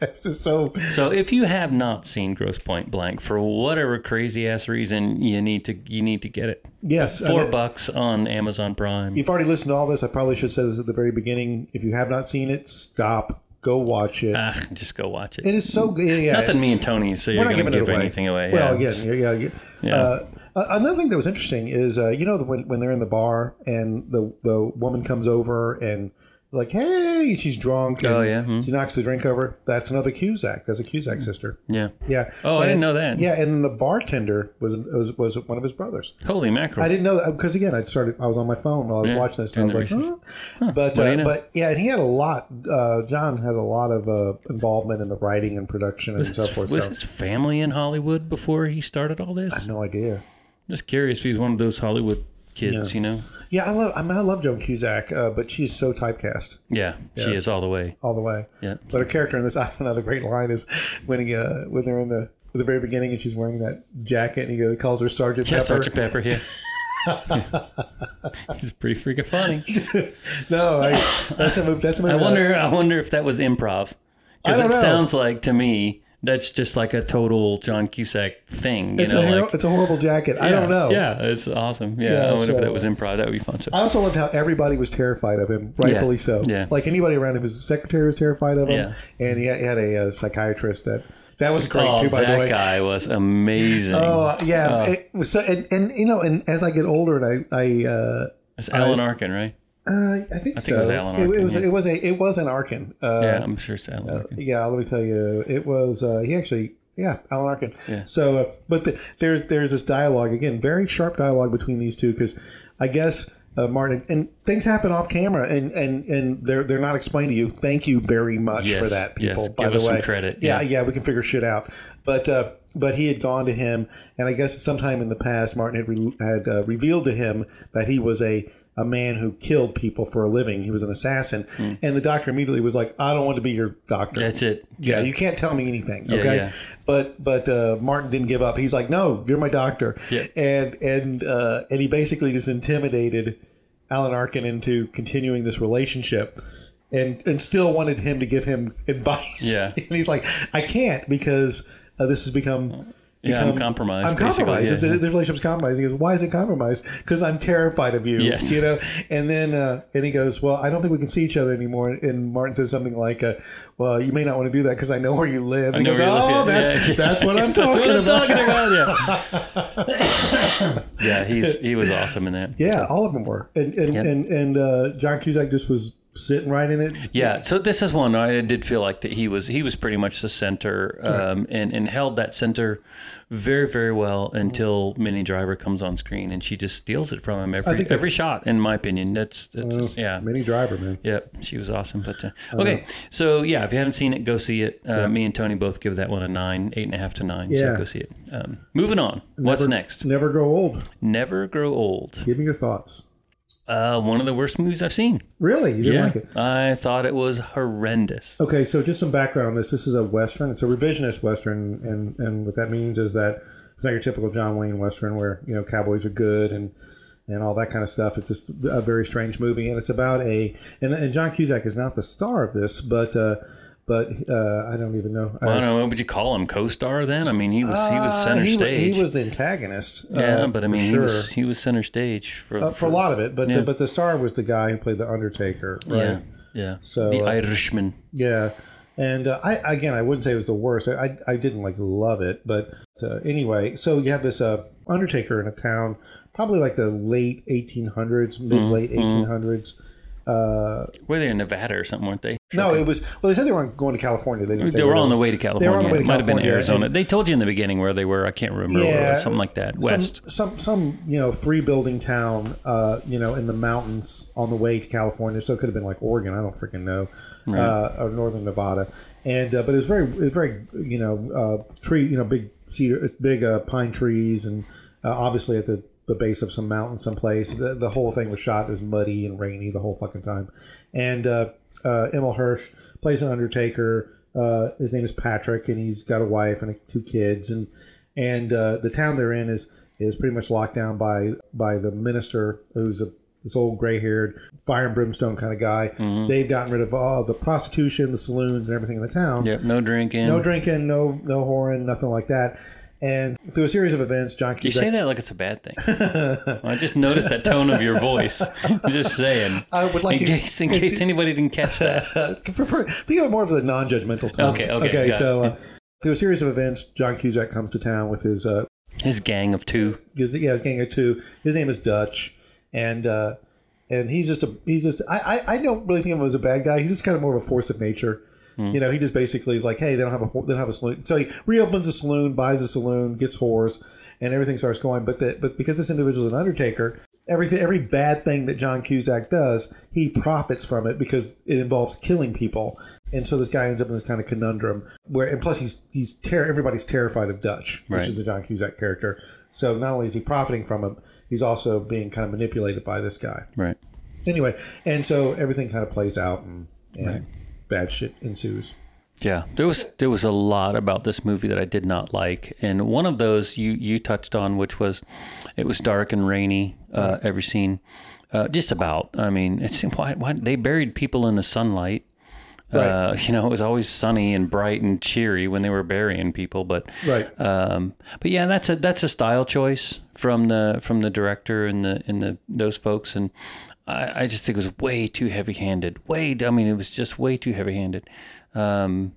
Speaker 2: it's just so
Speaker 3: So if you have not seen Gross Point Blank for whatever crazy ass reason, you need to you need to get it.
Speaker 2: yes. I
Speaker 3: Four
Speaker 2: mean,
Speaker 3: bucks on Amazon Prime.
Speaker 2: You've already listened to all this. I probably should have said this at the very beginning. If you have not seen it, stop. Go watch it.
Speaker 3: Ah, just go watch it.
Speaker 2: it is so good. Yeah,
Speaker 3: Nothing me and Tony, so you're
Speaker 2: We're not
Speaker 3: going to
Speaker 2: giving
Speaker 3: give
Speaker 2: it away.
Speaker 3: anything away.
Speaker 2: Well,
Speaker 3: yeah.
Speaker 2: again, yeah, yeah. yeah. Uh, a- another thing that was interesting is uh, you know the- when when they're in the bar and the the woman comes over and like hey she's drunk. and
Speaker 3: Oh, yeah, mhm.
Speaker 2: She knocks the drink over. That's another Cusack. That's a Cusack sister.
Speaker 3: Yeah.
Speaker 2: Yeah.
Speaker 3: Oh,
Speaker 2: And-
Speaker 3: I didn't know that.
Speaker 2: Yeah, and then the bartender was was, was one of his brothers.
Speaker 3: Holy mackerel.
Speaker 2: I didn't know that because again, I started. I was on my phone while I was watching this, and I was like, huh? but
Speaker 3: do you
Speaker 2: uh,
Speaker 3: know?
Speaker 2: but yeah, and he had a lot. Uh, John had a lot of uh, involvement in the writing and production and so forth.
Speaker 3: was
Speaker 2: so.
Speaker 3: his family in Hollywood before he started all this?
Speaker 2: No idea.
Speaker 3: Just curious if he's one of those Hollywood kids, you know?
Speaker 2: Yeah, I love. I mean, I love Joan Cusack, uh, but she's so typecast
Speaker 3: Yeah, she is all the way.
Speaker 2: all the way.
Speaker 3: Yeah.
Speaker 2: But her character in this, I another great line is when he uh, when they're in the at the very beginning and she's wearing that jacket and he goes, calls her Sergeant
Speaker 3: Yeah,
Speaker 2: Pepper.
Speaker 3: Sergeant Pepper, yeah. He's pretty freaking funny.
Speaker 2: No, I, that's a movie. That's a movie.
Speaker 3: I
Speaker 2: that-
Speaker 3: wonder. I wonder if that was improv,
Speaker 2: I
Speaker 3: because it
Speaker 2: don't know.
Speaker 3: sounds like to me that's just like a total John Cusack thing. You
Speaker 2: It's,
Speaker 3: know,
Speaker 2: a, hor-
Speaker 3: like,
Speaker 2: it's a horrible jacket. I don't
Speaker 3: Yeah,
Speaker 2: know.
Speaker 3: Yeah, it's awesome. Yeah, I
Speaker 2: Yeah,
Speaker 3: wonder if
Speaker 2: so-
Speaker 3: that was improv. That would be fun. So,
Speaker 2: I also loved how everybody was terrified of him, rightfully
Speaker 3: Yeah.
Speaker 2: so.
Speaker 3: Yeah.
Speaker 2: Like anybody around him, his secretary was terrified of him,
Speaker 3: Yeah.
Speaker 2: and he had, he had a, uh psychiatrist that that was great
Speaker 3: oh,
Speaker 2: too. By
Speaker 3: that
Speaker 2: the way,
Speaker 3: guy Uh. was amazing.
Speaker 2: Oh yeah. It was so and, and you know, and as I get older, and I I uh,
Speaker 3: it's Alan Arkin, right?
Speaker 2: uh I think so.
Speaker 3: it was Alan
Speaker 2: It,
Speaker 3: Arkin,
Speaker 2: was
Speaker 3: yeah.
Speaker 2: it was a it was an Arkin. Uh,
Speaker 3: yeah, Um, I'm sure it's Alan Arkin.
Speaker 2: yeah, let me tell you, it was uh, he actually. Yeah, Alan Arkin. So, uh, but the, there's there's this dialogue again, very sharp dialogue between these two because I guess uh, Martin and things happen off camera and and and they're they're not explained to you. Thank you very much
Speaker 3: Yes,
Speaker 2: for that,
Speaker 3: yes.
Speaker 2: people. By
Speaker 3: Give
Speaker 2: the
Speaker 3: us some
Speaker 2: way,
Speaker 3: credit,
Speaker 2: Yeah,
Speaker 3: yeah.
Speaker 2: yeah, we can figure shit out. But uh, but he had gone to him, and I guess sometime in the past, Martin had re- had uh, revealed to him that he was a a man who killed people for a living. He was an assassin, and the doctor immediately was like, "I don't want to be your doctor."
Speaker 3: That's it.
Speaker 2: Yeah, you can't tell me anything. okay,
Speaker 3: yeah.
Speaker 2: but but uh, Martin didn't give up. He's like, no, you're my doctor.
Speaker 3: Yeah.
Speaker 2: and and uh, and he basically just intimidated Alan Arkin into continuing this relationship. And, and still wanted him to give him advice.
Speaker 3: Yeah.
Speaker 2: and he's like, I can't because uh, this has become.
Speaker 3: Yeah, I'm
Speaker 2: become-
Speaker 3: compromised,
Speaker 2: I'm
Speaker 3: basically,
Speaker 2: compromised.
Speaker 3: yeah.
Speaker 2: It's- The relationship's compromised. He goes, Why is it compromised? Because I'm terrified of you.
Speaker 3: Yes.
Speaker 2: You know. And then uh, and he goes, Well, I don't think we can see each other anymore. And Martin says something like, uh, Well, you may not want to do that because I know where you live. And he
Speaker 3: know
Speaker 2: goes,
Speaker 3: where you live,
Speaker 2: Oh,
Speaker 3: yeah.
Speaker 2: that's
Speaker 3: Yeah.
Speaker 2: that's what I'm
Speaker 3: That's
Speaker 2: talking
Speaker 3: what I'm
Speaker 2: about.
Speaker 3: talking about. Yeah. yeah, he's he was awesome in that.
Speaker 2: Yeah, all of them were. And and and, and uh, John Cusack just was sitting right in it.
Speaker 3: Yeah, so this is one I did feel like that he was he was pretty much the center um, and and held that center very very well until Minnie Driver comes on screen and she just steals it from him every
Speaker 2: think that- Uh,
Speaker 3: every shot in my opinion. That's, that's just- yeah.
Speaker 2: Mini driver, man.
Speaker 3: Yeah, she was awesome. But uh, okay, so yeah, if you haven't seen it, go see it. Uh, Me and Tony both give that one a nine, eight and a half to nine.
Speaker 2: Yeah.
Speaker 3: So go see it. Um, moving on. What's next?
Speaker 2: Never grow old.
Speaker 3: Never grow old.
Speaker 2: Give me your thoughts.
Speaker 3: Uh, one of the worst movies I've seen.
Speaker 2: Really? You didn't like it?
Speaker 3: I thought it was horrendous.
Speaker 2: Okay, so just some background on this. This is a western. It's a revisionist western, and and what that means is that it's not your typical John Wayne western where you know cowboys are good and and all that kind of stuff. It's just a very strange movie, and it's about a and, and John Cusack is not the star of this, but uh, but uh, I don't even know.
Speaker 3: I
Speaker 2: Uh,
Speaker 3: don't know. What would you call him? Co-star then? I mean, he was he was center
Speaker 2: he, wa-
Speaker 3: stage.
Speaker 2: He was the antagonist. uh,
Speaker 3: yeah, but I mean,
Speaker 2: for
Speaker 3: he
Speaker 2: sure.
Speaker 3: was he was center stage for
Speaker 2: Uh, for a lot of it, but
Speaker 3: Yeah.
Speaker 2: the, but the star was the guy who played the Undertaker, right?
Speaker 3: Yeah, yeah.
Speaker 2: So,
Speaker 3: the
Speaker 2: uh,
Speaker 3: Irishman.
Speaker 2: Yeah, and uh, I again, I wouldn't say it was the worst. I I, I didn't like love it, but uh, anyway, so you have this uh,
Speaker 3: Mm-hmm.
Speaker 2: Undertaker in a town, probably like the late 1800s, mid late 1800s, Uh,
Speaker 3: Were they in Nevada or something, weren't they?
Speaker 2: no, it was well. They said they weren't going to California. They didn't. Say
Speaker 3: They were
Speaker 2: where
Speaker 3: on the way to
Speaker 2: They
Speaker 3: California.
Speaker 2: were on the way to
Speaker 3: it might have been
Speaker 2: California,
Speaker 3: Arizona.
Speaker 2: and-
Speaker 3: They told you in the beginning where they were. I can't remember. where it
Speaker 2: Yeah.
Speaker 3: was, something like that.
Speaker 2: some,
Speaker 3: West.
Speaker 2: some some you know three building town uh you know in the mountains on the way to california so it could have been like oregon i don't freaking know uh or northern nevada and uh, but it was very it was very you know uh tree you know big cedar big uh, pine trees and uh, obviously at the the base of some mountain someplace the, the whole thing was shot it was muddy and rainy the whole fucking time and uh uh emil hirsch plays an undertaker uh his name is patrick and he's got a wife and two kids and and uh, the town they're in is is pretty much locked down by by the minister who's a this old gray haired fire and brimstone kind of guy.
Speaker 3: Mm-hmm.
Speaker 2: They've gotten rid of all the prostitution, the saloons, and everything in the town.
Speaker 3: Yep. No drinking.
Speaker 2: No drinking, no no whoring, nothing like that. And through a series of events, John
Speaker 3: you
Speaker 2: Cusack.
Speaker 3: say that like it's a bad thing. I just noticed that tone of your voice. I'm just saying.
Speaker 2: I would like
Speaker 3: in
Speaker 2: to-
Speaker 3: case, in case anybody didn't catch that.
Speaker 2: uh, prefer, think of it more of the non-judgmental tone.
Speaker 3: Okay, okay, got
Speaker 2: so uh, through a series of events, John Cusack comes to town with his uh,
Speaker 3: His gang of two.
Speaker 2: because he has Gang of Two. His name is Dutch, and uh, and he's just a he's just I, I I don't really think of him as a bad guy. He's just kind of more of a force of nature. You know, he just basically is like, hey, they don't have a wh- they don't have a saloon. So he reopens the saloon, buys the saloon, gets whores, and everything starts going. But the, but because this individual's an undertaker. Everything, every bad thing that John Cusack does, he profits from it because it involves killing people, and so this guy ends up in this kind of conundrum where, and plus he's he's ter- everybody's terrified of Dutch,
Speaker 3: Right.
Speaker 2: which is a John Cusack character. So not only is he profiting from him, he's also being kind of manipulated by this guy.
Speaker 3: Right.
Speaker 2: Anyway, and so everything kind of plays out and, and bad shit ensues.
Speaker 3: Yeah, there was there was a lot about this movie that I did not like, and one of those you you touched on, which was it was dark and rainy. Uh, every scene, uh, just about. I mean, it's why, why they buried people in the sunlight. Uh, you know, it was always sunny and bright and cheery when they were burying people. But
Speaker 2: Right.
Speaker 3: um, but yeah, that's a that's a style choice from the from the director and the and the those folks, and I, I just think it was way too heavy handed. Way, I mean, it was just way too heavy handed. Um,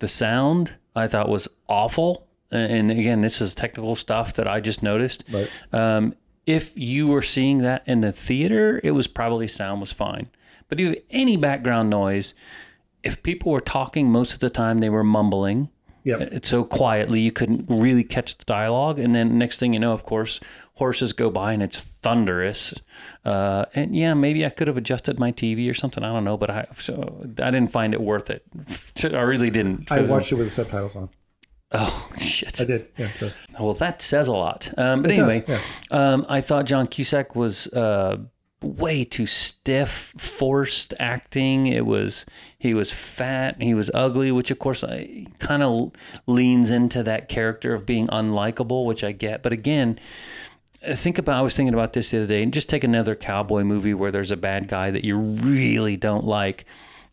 Speaker 3: the sound I thought was awful, and again, this is technical stuff that I just noticed.
Speaker 2: Right.
Speaker 3: Um, if you were seeing that in the theater, it was probably sound was fine, but if any background noise, if people were talking most of the time, they were mumbling
Speaker 2: Yep.
Speaker 3: it so quietly you couldn't really catch the dialogue and then next thing you know of course horses go by and it's thunderous uh, and yeah maybe i could have adjusted my tv or something i don't know but i so i didn't find it worth it i really didn't
Speaker 2: I watched it with the subtitles on.
Speaker 3: oh shit
Speaker 2: I did. Yeah. So
Speaker 3: well that says a lot um, but
Speaker 2: It does,
Speaker 3: anyway um, i thought john cusack was uh, way too stiff forced acting it was he was fat he was ugly which of course i kind of leans into that character of being unlikable which i get but again I think about I was thinking about this the other day and just take another cowboy movie where there's a bad guy that you really don't like.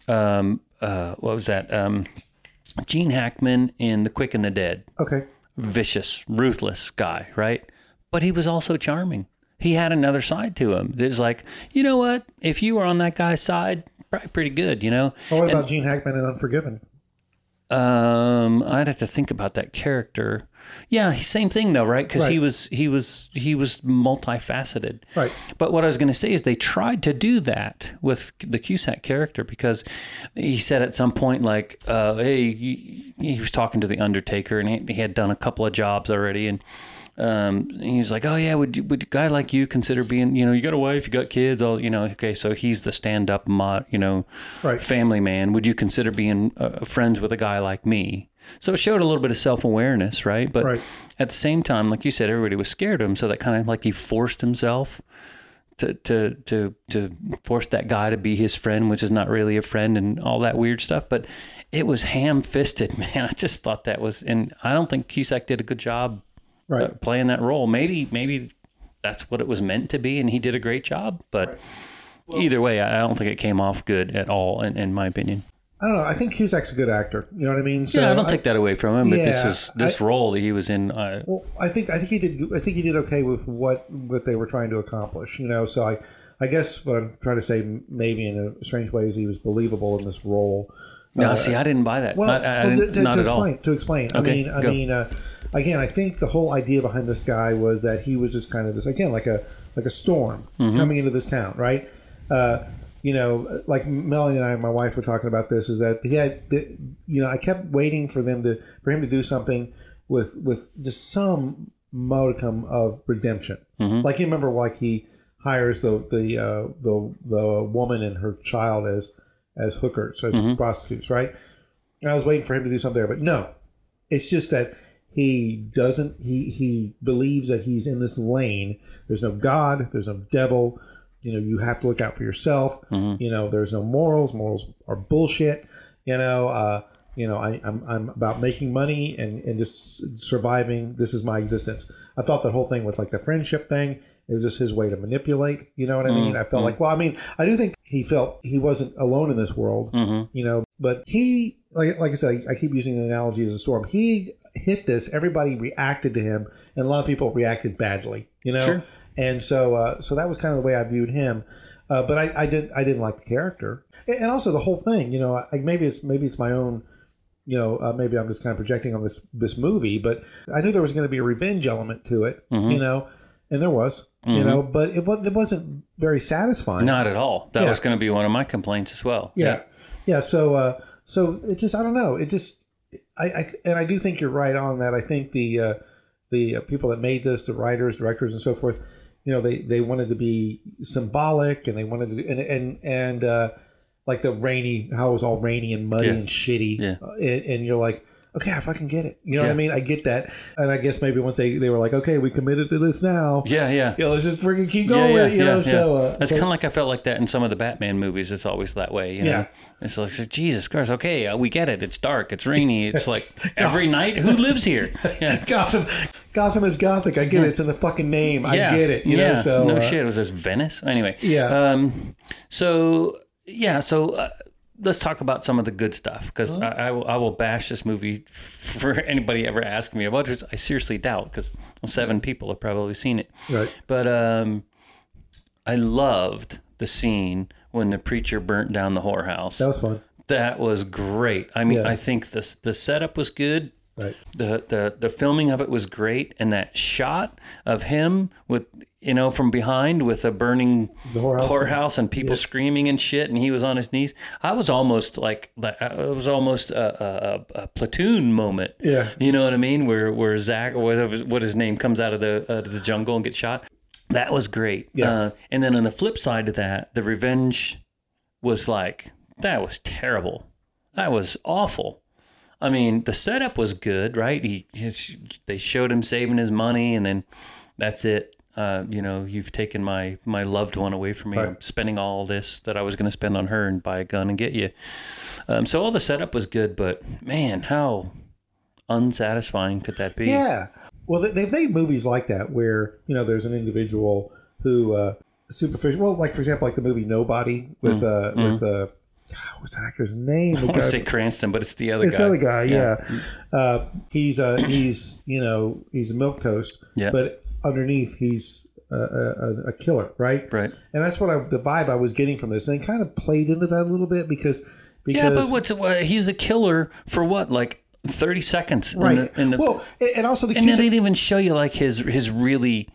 Speaker 3: Um, uh, what was that? Um, Gene Hackman in The Quick and the Dead
Speaker 2: okay.
Speaker 3: vicious, ruthless guy, right? But he was also charming. He had another side to him. There's like, you know what? If you were on that guy's side, probably pretty good, you know?
Speaker 2: Well, what about Gene Hackman and Unforgiven?
Speaker 3: Um, I'd have to think about that character. Yeah, same thing though, right? Because he
Speaker 2: Right.
Speaker 3: was he was he was multifaceted.
Speaker 2: Right.
Speaker 3: But what I was going to say is they tried to do that with the Cusack character because he said at some point, like, uh, hey, he, he was talking to the Undertaker and he, he had done a couple of jobs already. And um, and he was like, oh, yeah, would, you- would a guy like you consider being, you know, you got a wife, you got kids, all, you know, okay, so he's the stand up, mod, you know,
Speaker 2: Right.
Speaker 3: family man. Would you consider being uh, friends with a guy like me? So it showed a little bit of self awareness, right? But
Speaker 2: Right.
Speaker 3: at the same time, like you said, everybody was scared of him. So that kind of like he forced himself to to to to force that guy to be his friend, which is not really a friend, and all that weird stuff. But it was ham fisted, man. I just thought that was, and I don't think Cusack did a good job
Speaker 2: Right.
Speaker 3: uh, playing that role. Maybe maybe that's what it was meant to be, and he did a great job. But either way, I I don't think it came off good at all, in, in my opinion.
Speaker 2: I don't know. I think Cusack's a good actor. You know what I mean? So
Speaker 3: yeah, I don't take that away from him. But this
Speaker 2: Yeah,
Speaker 3: is this role that he was in. Uh,
Speaker 2: Well, I think I think he did. I think he did okay with what what they were trying to accomplish. You know, so I, I guess what I'm trying to say, maybe in a strange way, is he was believable in this role.
Speaker 3: no,
Speaker 2: Uh,
Speaker 3: see, I didn't buy that.
Speaker 2: well,
Speaker 3: not, I
Speaker 2: well, to,
Speaker 3: didn't-
Speaker 2: to,
Speaker 3: not
Speaker 2: to
Speaker 3: at all.
Speaker 2: explain, to explain. I
Speaker 3: Okay,
Speaker 2: mean, I
Speaker 3: go.
Speaker 2: mean, uh, again, I think the whole idea behind this guy was
Speaker 3: Mm-hmm.
Speaker 2: that he was just kind of this again, like a like a storm coming into this town, right? Uh, you know, like Melanie and I, my wife were talking about this, is that he had, the, you know, I kept waiting for them to, for him to do something with, with just some modicum of redemption.
Speaker 3: Mm-hmm.
Speaker 2: Like you remember, like he hires the, the, uh, the, the woman and her child as, as hookers, as
Speaker 3: Mm-hmm.
Speaker 2: prostitutes, right? And I was waiting for him to do something there, but no, it's just that he doesn't. He he believes that he's in this lane. There's no God. There's no devil. You know, you have to look out for yourself.
Speaker 3: Mm-hmm.
Speaker 2: You know, there's no morals. Morals are bullshit. You know, uh, you know, I, I'm I'm about making money and and just surviving. This is my existence. I thought that whole thing with like the friendship thing. It was just his way to manipulate. You know what I mean? I felt like, well, I mean, I do think he felt he wasn't alone in this world
Speaker 3: Mm-hmm.
Speaker 2: you know but he like, like i said I, I keep using the analogy as a storm he hit this everybody reacted to him and a lot of people reacted badly you know
Speaker 3: Sure.
Speaker 2: and so uh, so that was kind of the way i viewed him uh, but I, I didn't i didn't like the character and and also the whole thing you know I, maybe it's maybe it's my own you know uh, maybe i'm just kind of projecting on this this movie but i knew there was going to be a revenge element to it
Speaker 3: Mhm.
Speaker 2: you know and there was you
Speaker 3: Mm-hmm.
Speaker 2: know but it, wa- it wasn't very satisfying
Speaker 3: Not at all. That
Speaker 2: Yeah.
Speaker 3: was going to be one of my complaints as well.
Speaker 2: yeah yeah so uh so it just i don't know it just i, I and i do think you're right on that i think the uh the uh, people that made this the writers directors and so forth you know they they wanted to be symbolic and they wanted to do, and and and uh like the rainy how it was all rainy and muddy
Speaker 3: Yeah.
Speaker 2: and shitty
Speaker 3: Yeah.
Speaker 2: Uh, and, and you're like okay i fucking get it you know what
Speaker 3: Yeah.
Speaker 2: i mean i get that and i guess maybe once they they were like okay we committed to this now yeah,
Speaker 3: Yeah. Yeah.
Speaker 2: let's just freaking keep going with it Oh, you know so uh
Speaker 3: That's
Speaker 2: so-
Speaker 3: kind of like I felt like that in some of the Batman movies. It's always that way. You
Speaker 2: Yeah.
Speaker 3: Know? It's like, Jesus Christ. Okay. uh, We get it. It's dark. It's rainy. It's like every night. Who lives here? Yeah.
Speaker 2: Gotham, Gotham is gothic. I get it. It's in the fucking name. I
Speaker 3: yeah.
Speaker 2: get it. You
Speaker 3: yeah.
Speaker 2: know, so
Speaker 3: no
Speaker 2: uh,
Speaker 3: shit. Was this Venice? Anyway.
Speaker 2: Yeah.
Speaker 3: Um. So yeah. So. Uh, Let's talk about some of the good stuff because I, I, will, I will bash this movie for anybody ever ask me about it. I seriously doubt because seven people have probably seen it.
Speaker 2: Right.
Speaker 3: But um, I loved the scene when the preacher burnt down the whorehouse.
Speaker 2: That was fun.
Speaker 3: That was great. I mean,
Speaker 2: Yeah.
Speaker 3: I think the the setup was good.
Speaker 2: Right.
Speaker 3: The, the the filming of it was great, and that shot of him with you know from behind with a burning
Speaker 2: The whorehouse.
Speaker 3: whorehouse and people screaming and shit, and he was on his knees. I was almost like like, it was almost a, a, a, a platoon moment.
Speaker 2: Yeah.
Speaker 3: You know what I mean? Where where Zach or whatever what his name comes out of the out of the jungle and gets shot. That was great.
Speaker 2: Yeah.
Speaker 3: Uh, and then on the flip side of that, the revenge was like that was terrible. That was awful. I mean, the setup was good, right? He his, they showed him saving his money, and then that's it. Uh, you know, you've taken my my loved one away from me.
Speaker 2: Right.
Speaker 3: I'm spending all this that I was going to spend on her and buy a gun and get you. Um, so all the setup was good, but man, how unsatisfying could that be?
Speaker 2: Yeah. Well, they, they've made movies like that where you know there's an individual who uh, superficial. Well, like for example, like the movie Nobody
Speaker 3: Mm.
Speaker 2: with uh, with uh, what's that actor's name?
Speaker 3: I want to say Cranston, but it's the other
Speaker 2: it's
Speaker 3: guy.
Speaker 2: the other guy. Yeah. Uh, he's uh, he's you know he's milk toast.
Speaker 3: Yeah.
Speaker 2: But underneath he's a, a, a- a killer, right?
Speaker 3: Right.
Speaker 2: And that's what I, the vibe I was getting from this, and it kind of played into that a little bit because because
Speaker 3: yeah, but what's uh, he's a killer for what? Like thirty seconds. in
Speaker 2: right?
Speaker 3: the- in the-
Speaker 2: well, and- and also the
Speaker 3: and
Speaker 2: kids.
Speaker 3: they didn't even show you like his his really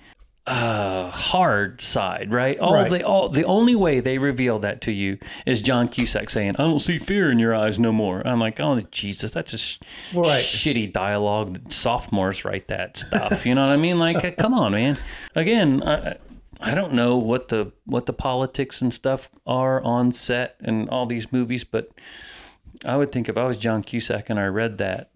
Speaker 3: uh hard side right all
Speaker 2: Right.
Speaker 3: they all the only way they reveal that to you is john cusack saying i don't see fear in your eyes no more i'm like oh jesus that's just
Speaker 2: Right.
Speaker 3: shitty dialogue sophomores write that stuff you know what i mean like uh, come on man again I, I- I don't know what the what the politics and stuff are on set and all these movies but I would think if I was John Cusack and I read that,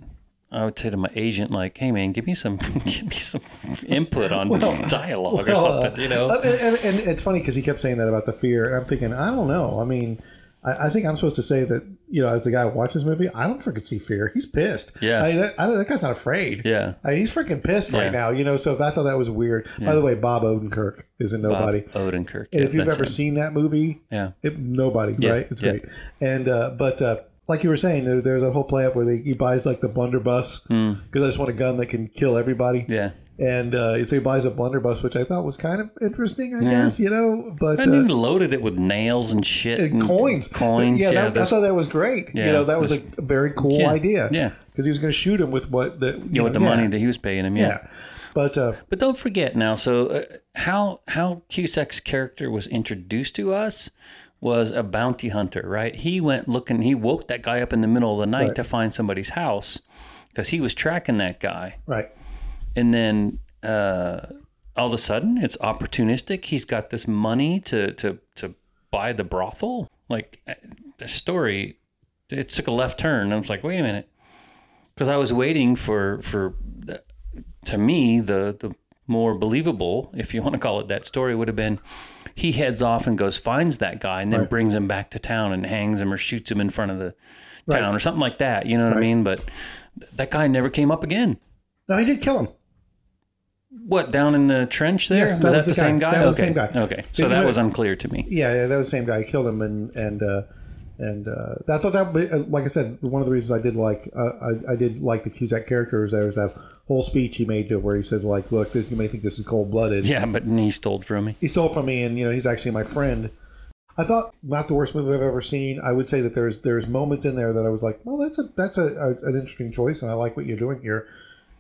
Speaker 3: I would say to my agent, like, "Hey, man, give me some, give me some input on dialogue or
Speaker 2: Well, uh,
Speaker 3: something." You know?
Speaker 2: uh, and, and, and it's funny because he kept saying that about the fear, and I'm thinking, I don't know. I mean, I, I think I'm supposed to say that you know, as the guy who watches this movie, I don't freaking see fear. He's pissed.
Speaker 3: Yeah.
Speaker 2: I mean, that, I don't, that guy's not afraid.
Speaker 3: yeah.
Speaker 2: I mean, he's freaking pissed
Speaker 3: Yeah.
Speaker 2: right now, you know. So I thought that was weird. By the way, Bob Odenkirk is in
Speaker 3: Bob
Speaker 2: Nobody,
Speaker 3: Odenkirk.
Speaker 2: and
Speaker 3: yeah,
Speaker 2: if you've
Speaker 3: that's
Speaker 2: ever
Speaker 3: him.
Speaker 2: seen that movie,
Speaker 3: yeah,
Speaker 2: It, nobody,
Speaker 3: Yeah,
Speaker 2: right? It's
Speaker 3: yeah.
Speaker 2: great. And uh, but uh, like you were saying, there, there's a whole play up where they, he buys like the blunderbuss because I just want a gun that can kill everybody.
Speaker 3: Hmm. yeah,
Speaker 2: And uh, so he buys a blunderbuss, which I thought was kind of interesting, I guess, you know. But
Speaker 3: and
Speaker 2: uh,
Speaker 3: then loaded it with nails and shit
Speaker 2: and coins,
Speaker 3: coins.
Speaker 2: yeah,
Speaker 3: Yeah,
Speaker 2: that, I
Speaker 3: those-
Speaker 2: thought that was great.
Speaker 3: Yeah,
Speaker 2: you know, that was a
Speaker 3: that's-
Speaker 2: very cool
Speaker 3: yeah,
Speaker 2: idea.
Speaker 3: yeah.
Speaker 2: because he was going to shoot him with what the you
Speaker 3: yeah,
Speaker 2: know,
Speaker 3: with the
Speaker 2: yeah,
Speaker 3: money that he was paying him. Yeah.
Speaker 2: Yeah, but uh,
Speaker 3: But don't forget now. So uh, how how Cusack's character was introduced to us was a bounty hunter, right? He went looking, he woke that guy up in the middle of the night
Speaker 2: Right.
Speaker 3: to find somebody's house because he was tracking that guy.
Speaker 2: Right.
Speaker 3: And then uh, all of a sudden, it's opportunistic. He's got this money to, to, to buy the brothel. Like uh, the story, it took a left turn. I was like, wait a minute. Because I was waiting for, for the, to me, the, the more believable, if you want to call it that story, would have been he heads off and goes finds that guy and then
Speaker 2: Right.
Speaker 3: brings him back to town and hangs him or shoots him in front of the
Speaker 2: Right.
Speaker 3: town or something like that. You know what I
Speaker 2: Right.
Speaker 3: mean? But th- that guy never came up again.
Speaker 2: No, he did kill him.
Speaker 3: What down in the trench there?
Speaker 2: Yes, that
Speaker 3: was that
Speaker 2: was
Speaker 3: the,
Speaker 2: the
Speaker 3: same
Speaker 2: guy.
Speaker 3: guy?
Speaker 2: That
Speaker 3: okay.
Speaker 2: was the same guy.
Speaker 3: Okay, so
Speaker 2: Did
Speaker 3: that
Speaker 2: you-
Speaker 3: was unclear to me.
Speaker 2: Yeah, yeah, that was the same guy. He killed him, and and uh, and uh, I thought that, uh, like I said, one of the reasons I did like uh, I, I did like the Cusack character is there was that whole speech he made to where he said like, look, this you may think this is cold blooded.
Speaker 3: Yeah, but he stole from me.
Speaker 2: He stole from me, and you know he's actually my friend. I thought not the worst movie I've ever seen. I would say that there's there's moments in there that I was like, well, that's a that's a, a an interesting choice, and I like what you're doing here.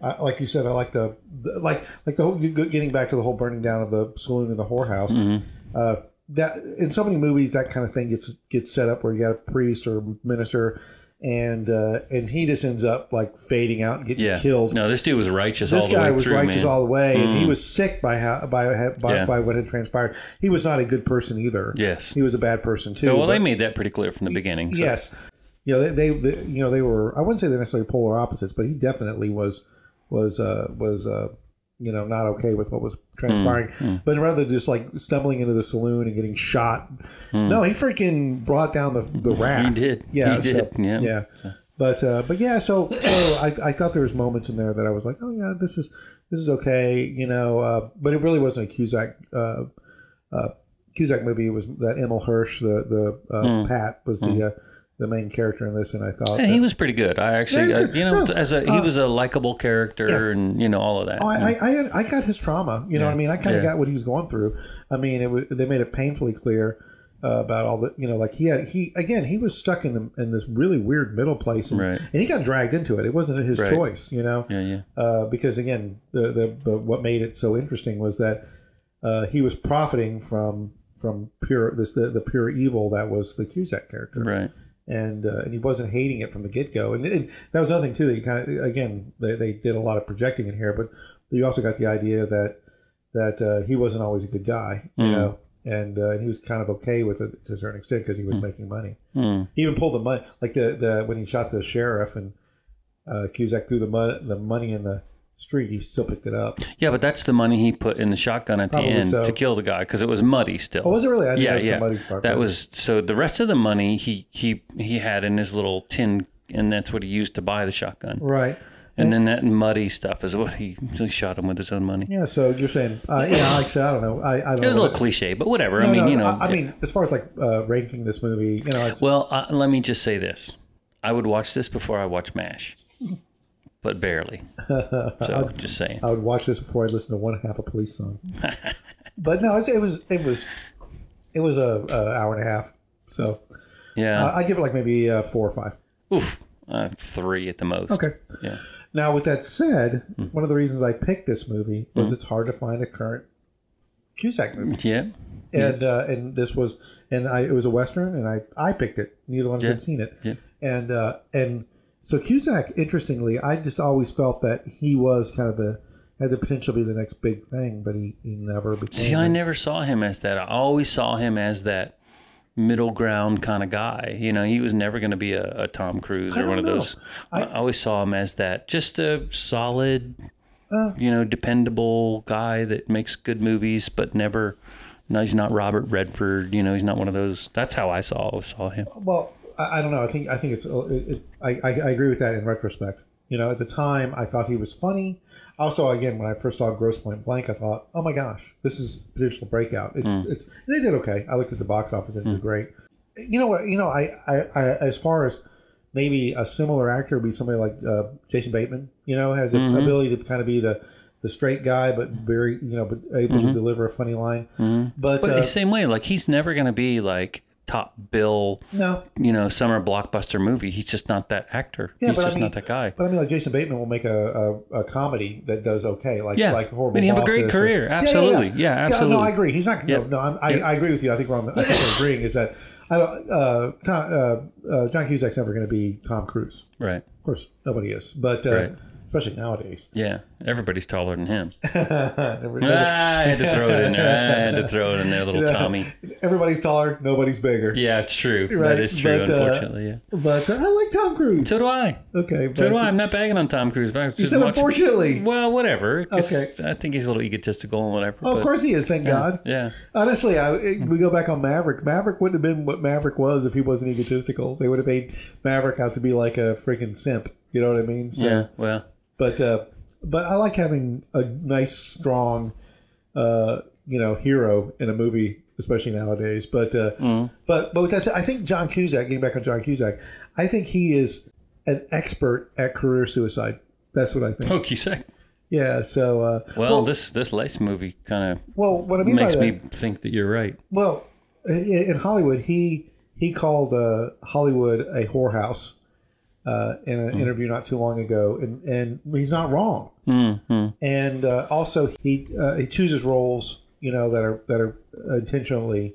Speaker 2: I, like you said, I like the, the like like the whole getting back to the whole burning down of the saloon and the whorehouse uh, that in so many movies that kind of thing gets gets set up where you got a priest or minister and uh, and he just ends up like fading out and getting
Speaker 3: Yeah,
Speaker 2: killed.
Speaker 3: No, this dude was righteous.
Speaker 2: This
Speaker 3: all the
Speaker 2: guy
Speaker 3: way
Speaker 2: was
Speaker 3: through,
Speaker 2: righteous
Speaker 3: man. Mm.
Speaker 2: all the way, and he was sick by how by by,
Speaker 3: Yeah.
Speaker 2: by what had transpired. He was not a good person either.
Speaker 3: Yes.
Speaker 2: he was a bad person too.
Speaker 3: well,
Speaker 2: but-
Speaker 3: they made that pretty clear from the beginning. So.
Speaker 2: Yes, you know they, they, they- you know they were. I wouldn't say they're necessarily polar opposites, but he definitely was was uh, was uh, you know not okay with what was transpiring.
Speaker 3: Mm,
Speaker 2: But rather than just like stumbling into the saloon and getting shot, no, he freaking brought down the the wrath.
Speaker 3: Mm. did.
Speaker 2: Yeah,
Speaker 3: He
Speaker 2: so-
Speaker 3: did, yeah.
Speaker 2: yeah. But uh, but yeah, so so I, I thought there was moments in there that I was like, oh yeah, this is this is okay, you know. Uh, but it really wasn't a Cusack uh, Cusack movie was that Emil Hirsch, the the uh,
Speaker 3: Hmm.
Speaker 2: Pat was the uh, the main character in this, and I thought,
Speaker 3: And he
Speaker 2: that-
Speaker 3: was pretty good. I
Speaker 2: Yeah,
Speaker 3: actually,
Speaker 2: he's
Speaker 3: uh,
Speaker 2: good.
Speaker 3: you know,
Speaker 2: No,
Speaker 3: as a he was a likable character,
Speaker 2: yeah.
Speaker 3: and you know all of that.
Speaker 2: oh, I, I, I I got his trauma. You know what I mean? I kind of
Speaker 3: Yeah.
Speaker 2: got what he was going through. I mean, it was, they made it painfully clear uh, about all the you know, like he had he again he was stuck in the in this really weird middle place, and,
Speaker 3: Right.
Speaker 2: and he got dragged into it. It wasn't his
Speaker 3: Right.
Speaker 2: choice, you know.
Speaker 3: yeah, yeah.
Speaker 2: uh, because again, the, the, the what made it so interesting was that uh, he was profiting from from pure this the, the pure evil that was the Cusack character,
Speaker 3: Right.
Speaker 2: and uh, and he wasn't hating it from the get go, and, and that was another thing too. That you kind of again they, they did a lot of projecting in here, but you also got the idea that that uh, he wasn't always a good guy, you
Speaker 3: Mm.
Speaker 2: know, and uh, and he was kind of okay with it to a certain extent because he
Speaker 3: Mm.
Speaker 2: was making money.
Speaker 3: Hmm.
Speaker 2: He even pulled the money, like the, the when he shot the sheriff and uh, Cusack threw the mon- the money in the street. He still picked it up.
Speaker 3: Yeah, but that's the money he put in the shotgun at
Speaker 2: Probably
Speaker 3: the end
Speaker 2: so.
Speaker 3: to kill the guy because it was muddy still.
Speaker 2: Oh, was it really? I didn't
Speaker 3: Yeah,
Speaker 2: have
Speaker 3: yeah.
Speaker 2: somebody part-
Speaker 3: That was so. The rest of the money he he he had in his little tin, and that's what he used to buy the shotgun.
Speaker 2: right.
Speaker 3: And then that muddy stuff is what he, he shot him with his own money.
Speaker 2: Yeah. So you're saying, uh, yeah, like I said, I don't know. I, I don't.
Speaker 3: It was a
Speaker 2: know.
Speaker 3: little cliche, but whatever.
Speaker 2: No,
Speaker 3: I mean,
Speaker 2: no,
Speaker 3: you know.
Speaker 2: I, I mean, as far as like uh, ranking this movie, you know, it's,
Speaker 3: well, uh, let me just say this: I would watch this before I watch Mash, but barely. So just saying.
Speaker 2: I would watch this before I listen to one half a police song. but no, it's, it was it was it was a, a hour and a half. So
Speaker 3: Yeah.
Speaker 2: uh, I give it like maybe uh, four or five.
Speaker 3: Oof. Uh, three at the most.
Speaker 2: Okay.
Speaker 3: Yeah. Hmm.
Speaker 2: Now, with that said, one of the reasons I picked this movie was it's hard to find a current Cusack movie,
Speaker 3: Yeah.
Speaker 2: and uh, and this was and I it was a western, and I I picked it. Neither one of us had seen it,
Speaker 3: Yeah.
Speaker 2: and uh, and so Cusack, interestingly, I just always felt that he was kind of the had the potential to be the next big thing, but he, he never became.
Speaker 3: See, I never saw him as that. I always saw him as that middle ground kind of guy. You know, he was never going to be a, a Tom Cruise
Speaker 2: I
Speaker 3: or one
Speaker 2: don't
Speaker 3: of
Speaker 2: know.
Speaker 3: those.
Speaker 2: I-
Speaker 3: I, always saw him as that, just a solid,
Speaker 2: Uh.
Speaker 3: you know, dependable guy that makes good movies, but never. No, he's not Robert Redford. You know, he's not one of those. That's how I saw always saw him.
Speaker 2: Well, I, I don't know. I think I think it's. uh, It, it, I, I I agree with that in retrospect. You know, at the time, I thought he was funny. Also, again, when I first saw Gross Point Blank, I thought, "Oh my gosh, this is potential breakout." It's it's and they did okay. I looked at the box office; and it did great. You know what? You know, I, I, I as far as maybe a similar actor would be somebody like uh, Jason Bateman. You know, has the ability to kind of be the the straight guy, but very you know, but able to deliver a funny line. But,
Speaker 3: Mm-hmm. But
Speaker 2: uh,
Speaker 3: the same way, like he's never going to be like top bill,
Speaker 2: No,
Speaker 3: you know, summer blockbuster movie. He's just not that actor.
Speaker 2: Yeah,
Speaker 3: He's
Speaker 2: but I
Speaker 3: just
Speaker 2: mean-
Speaker 3: not that guy.
Speaker 2: but I mean, like Jason Bateman will make a, a, a comedy that does okay, like
Speaker 3: Yeah,
Speaker 2: like horrible.
Speaker 3: and he have a
Speaker 2: Bosses
Speaker 3: great career.
Speaker 2: or-
Speaker 3: Absolutely.
Speaker 2: no,
Speaker 3: Yeah,
Speaker 2: I
Speaker 3: absolutely.
Speaker 2: agree. He's not.
Speaker 3: Yep.
Speaker 2: No, no I'm, I,
Speaker 3: Yep.
Speaker 2: I agree with you. I think we're on. The, I think we're agreeing is that I don't. Uh, Tom, uh, uh, John Cusack's never going to be Tom Cruise.
Speaker 3: Right.
Speaker 2: Of course, nobody is, but uh,
Speaker 3: Right.
Speaker 2: especially nowadays.
Speaker 3: Yeah. Everybody's taller than him.
Speaker 2: Every-
Speaker 3: Ah, I had to throw it in there. I had to throw it in there, little
Speaker 2: Yeah.
Speaker 3: Tommy.
Speaker 2: Everybody's taller. Nobody's bigger.
Speaker 3: Yeah, it's true.
Speaker 2: Right,
Speaker 3: That is true,
Speaker 2: but, uh,
Speaker 3: unfortunately. Yeah.
Speaker 2: But uh, I like Tom Cruise.
Speaker 3: So do I.
Speaker 2: okay. But,
Speaker 3: So do I. I'm not bagging on Tom Cruise. but I
Speaker 2: You
Speaker 3: just
Speaker 2: said
Speaker 3: watch-
Speaker 2: unfortunately.
Speaker 3: Well, whatever. It's- I think he's a little egotistical and whatever.
Speaker 2: Oh,
Speaker 3: but-
Speaker 2: of course he is. Thank God.
Speaker 3: Yeah.
Speaker 2: Honestly, I, it- we go back on Maverick. Maverick wouldn't have been what Maverick was if he wasn't egotistical. They would have made Maverick out to be like a freaking simp. You know what I mean? So,
Speaker 3: Yeah. Well,
Speaker 2: But uh, but I like having a nice, strong, uh, you know, hero in a movie, especially nowadays. But uh,
Speaker 3: Mm-hmm.
Speaker 2: but but with that said, I think John Cusack. Getting back on John Cusack, I think he is an expert at career suicide. That's what I think.
Speaker 3: oh, Cusack.
Speaker 2: Yeah. So uh,
Speaker 3: Well, this this lace movie kind of
Speaker 2: well, what I mean
Speaker 3: makes
Speaker 2: by that,
Speaker 3: me think that you're right.
Speaker 2: Well, i- in Hollywood, he he called uh, Hollywood a whorehouse uh, in
Speaker 3: Hmm.
Speaker 2: an interview not too long ago, and and he's not wrong.
Speaker 3: Mm-hmm.
Speaker 2: And uh, also, he uh, he chooses roles you know that are that are intentionally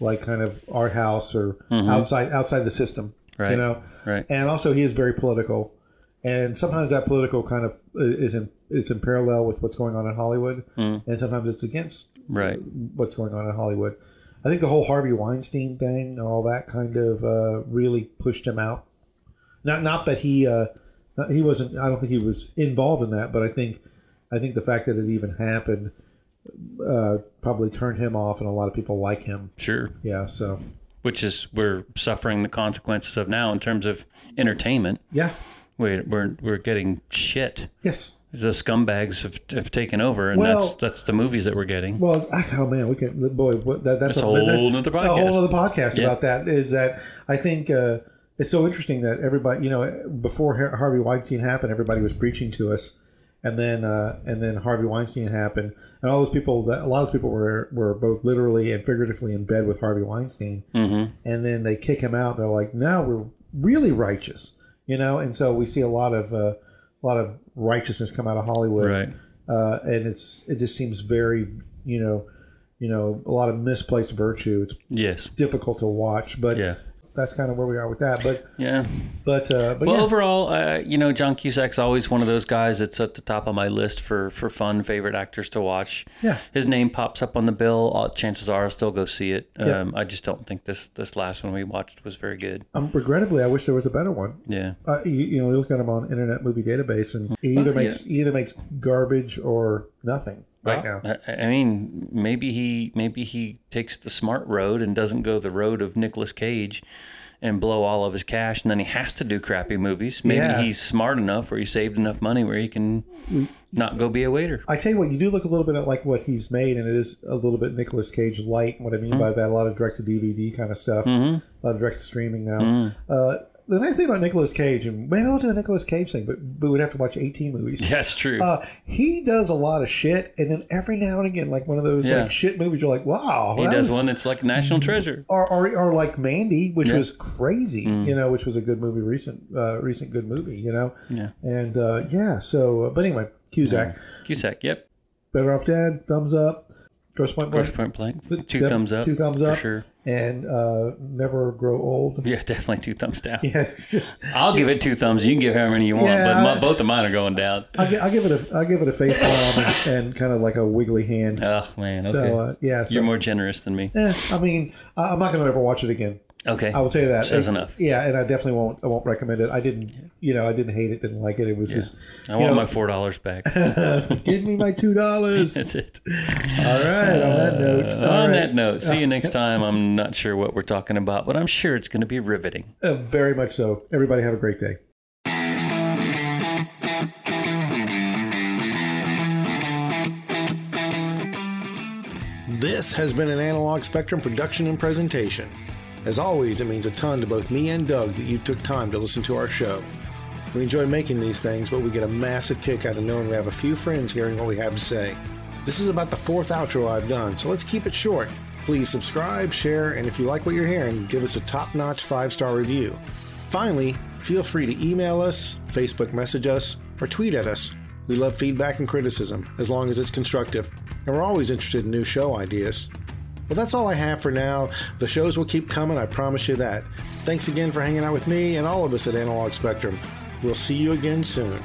Speaker 2: like kind of art house or outside outside the system, you
Speaker 3: Mm-hmm. Right.
Speaker 2: know.
Speaker 3: Right.
Speaker 2: And also, he is very political, and sometimes that political kind of uh, is in is in parallel with what's going on in Hollywood,
Speaker 3: Hmm.
Speaker 2: and sometimes it's against
Speaker 3: Right.
Speaker 2: what's going on in Hollywood. I think the whole Harvey Weinstein thing and all that kind of uh, really pushed him out. Not not that he uh, not- he wasn't. I don't think he was involved in that, but I think I think the fact that it even happened uh, probably turned him off, and a lot of people like him.
Speaker 3: Sure.
Speaker 2: Yeah. So
Speaker 3: Which is we're suffering the consequences of now in terms of entertainment.
Speaker 2: yeah.
Speaker 3: We're we're, we're getting shit.
Speaker 2: Yes.
Speaker 3: The scumbags have, have taken over, and
Speaker 2: Well-
Speaker 3: that's that's the movies that we're getting.
Speaker 2: Well, I- oh man, we can. Boy, what, that, that's,
Speaker 3: That's a whole nother
Speaker 2: a
Speaker 3: podcast.
Speaker 2: whole other podcast
Speaker 3: Yeah.
Speaker 2: about that is that I think uh, it's so interesting that everybody, you know, before Har- Harvey Weinstein happened, everybody was preaching to us, and then uh, and then Harvey Weinstein happened, and all those people, that a lot of people were were both literally and figuratively in bed with Harvey Weinstein,
Speaker 3: mm-hmm.
Speaker 2: and then they kick him out. And they're like, now we're really righteous, you know, and so we see a lot of uh, a lot of righteousness come out of Hollywood,
Speaker 3: Right.
Speaker 2: uh, and it's it just seems very, you know. You know, a lot of misplaced virtue. It's
Speaker 3: Yes.
Speaker 2: difficult to watch, but
Speaker 3: Yeah.
Speaker 2: that's kind of where we are with that. But
Speaker 3: Yeah.
Speaker 2: but uh, but
Speaker 3: Well,
Speaker 2: yeah,
Speaker 3: overall, uh, you know, John Cusack's always one of those guys that's at the top of my list for for fun favorite actors to watch.
Speaker 2: Yeah.
Speaker 3: his name pops up on the bill. All, chances are, I'll still go see it.
Speaker 2: Yeah.
Speaker 3: Um, I just don't think this this last one we watched was very good.
Speaker 2: um, regrettably, I wish there was a better one.
Speaker 3: Yeah,
Speaker 2: Uh, you, you know, you look at him on Internet Movie Database, and he either
Speaker 3: Oh, yeah.
Speaker 2: makes he either makes garbage or nothing right now.
Speaker 3: I, I mean, maybe he maybe he takes the smart road and doesn't go the road of Nicolas Cage and blow all of his cash, and then he has to do crappy movies. Maybe
Speaker 2: Yeah.
Speaker 3: he's smart enough, or he saved enough money where he can not go be a waiter.
Speaker 2: I tell you what, you do look a little bit at like what he's made, and it is a little bit Nicolas Cage light. What I
Speaker 3: Mm-hmm.
Speaker 2: mean by that, a lot of direct to DVD kind of stuff, a lot of direct to streaming now.
Speaker 3: Mm.
Speaker 2: Uh, the nice thing about Nicolas Cage, and maybe I'll do a Nicolas Cage thing, but but we'd have to watch eighteen movies.
Speaker 3: That's true.
Speaker 2: Uh, he does a lot of shit, and then every now and again, like one of those
Speaker 3: Yeah.
Speaker 2: like shit movies, you're like, wow,
Speaker 3: he
Speaker 2: that
Speaker 3: does
Speaker 2: was- Mm-hmm.
Speaker 3: one that's like national treasure.
Speaker 2: Or, or, or like Mandy, which was crazy,
Speaker 3: Mm.
Speaker 2: you know, which was a good movie, recent, uh, recent good movie, you know,
Speaker 3: Yeah.
Speaker 2: and uh, yeah. So, uh, but anyway, Cusack,
Speaker 3: Mm. Cusack, yep.
Speaker 2: better off dead, thumbs up, gross point blank,
Speaker 3: First point blank.
Speaker 2: Th-
Speaker 3: Two
Speaker 2: def-
Speaker 3: thumbs up.
Speaker 2: two thumbs up.
Speaker 3: For sure.
Speaker 2: and uh, never grow old.
Speaker 3: Yeah, definitely two thumbs down.
Speaker 2: Yeah, just
Speaker 3: I'll give it two thumbs. You can give how many you want,
Speaker 2: Yeah,
Speaker 3: but my,
Speaker 2: I-
Speaker 3: both of mine are going down.
Speaker 2: I'll, gi- I'll give it a, I'll give it a face palm and, and kind of like a wiggly hand.
Speaker 3: Oh man, okay.
Speaker 2: So uh, yeah, so
Speaker 3: You're more generous than me.
Speaker 2: eh, I mean, I, I'm not going to ever watch it again.
Speaker 3: Okay.
Speaker 2: I will tell you that
Speaker 3: Says
Speaker 2: It-
Speaker 3: enough.
Speaker 2: Yeah, and I definitely won't. I won't recommend it. I didn't. You know, I didn't hate it. Didn't like it. It was just.
Speaker 3: I want
Speaker 2: you know,
Speaker 3: my four dollars back.
Speaker 2: give me my two dollars. All
Speaker 3: That's it.
Speaker 2: right. On that note.
Speaker 3: Uh,
Speaker 2: all
Speaker 3: on
Speaker 2: right.
Speaker 3: that note, see you next time. I'm not sure what we're talking about, but I'm sure it's going to be riveting.
Speaker 2: Uh, very much so. Everybody have a great day. This has been an Analog Spectrum production and presentation. As always, it means a ton to both me and Doug that you took time to listen to our show. We enjoy making these things, but we get a massive kick out of knowing we have a few friends hearing what we have to say. This is about the fourth outro I've done, so let's keep it short. Please subscribe, share, and if you like what you're hearing, give us a top notch five star review. Finally, feel free to email us, Facebook message us, or tweet at us. We love feedback and criticism, as long as it's constructive, and we're always interested in new show ideas. Well, that's all I have for now. The shows will keep coming, I promise you that. Thanks again for hanging out with me and all of us at Analog Spectrum. We'll see you again soon.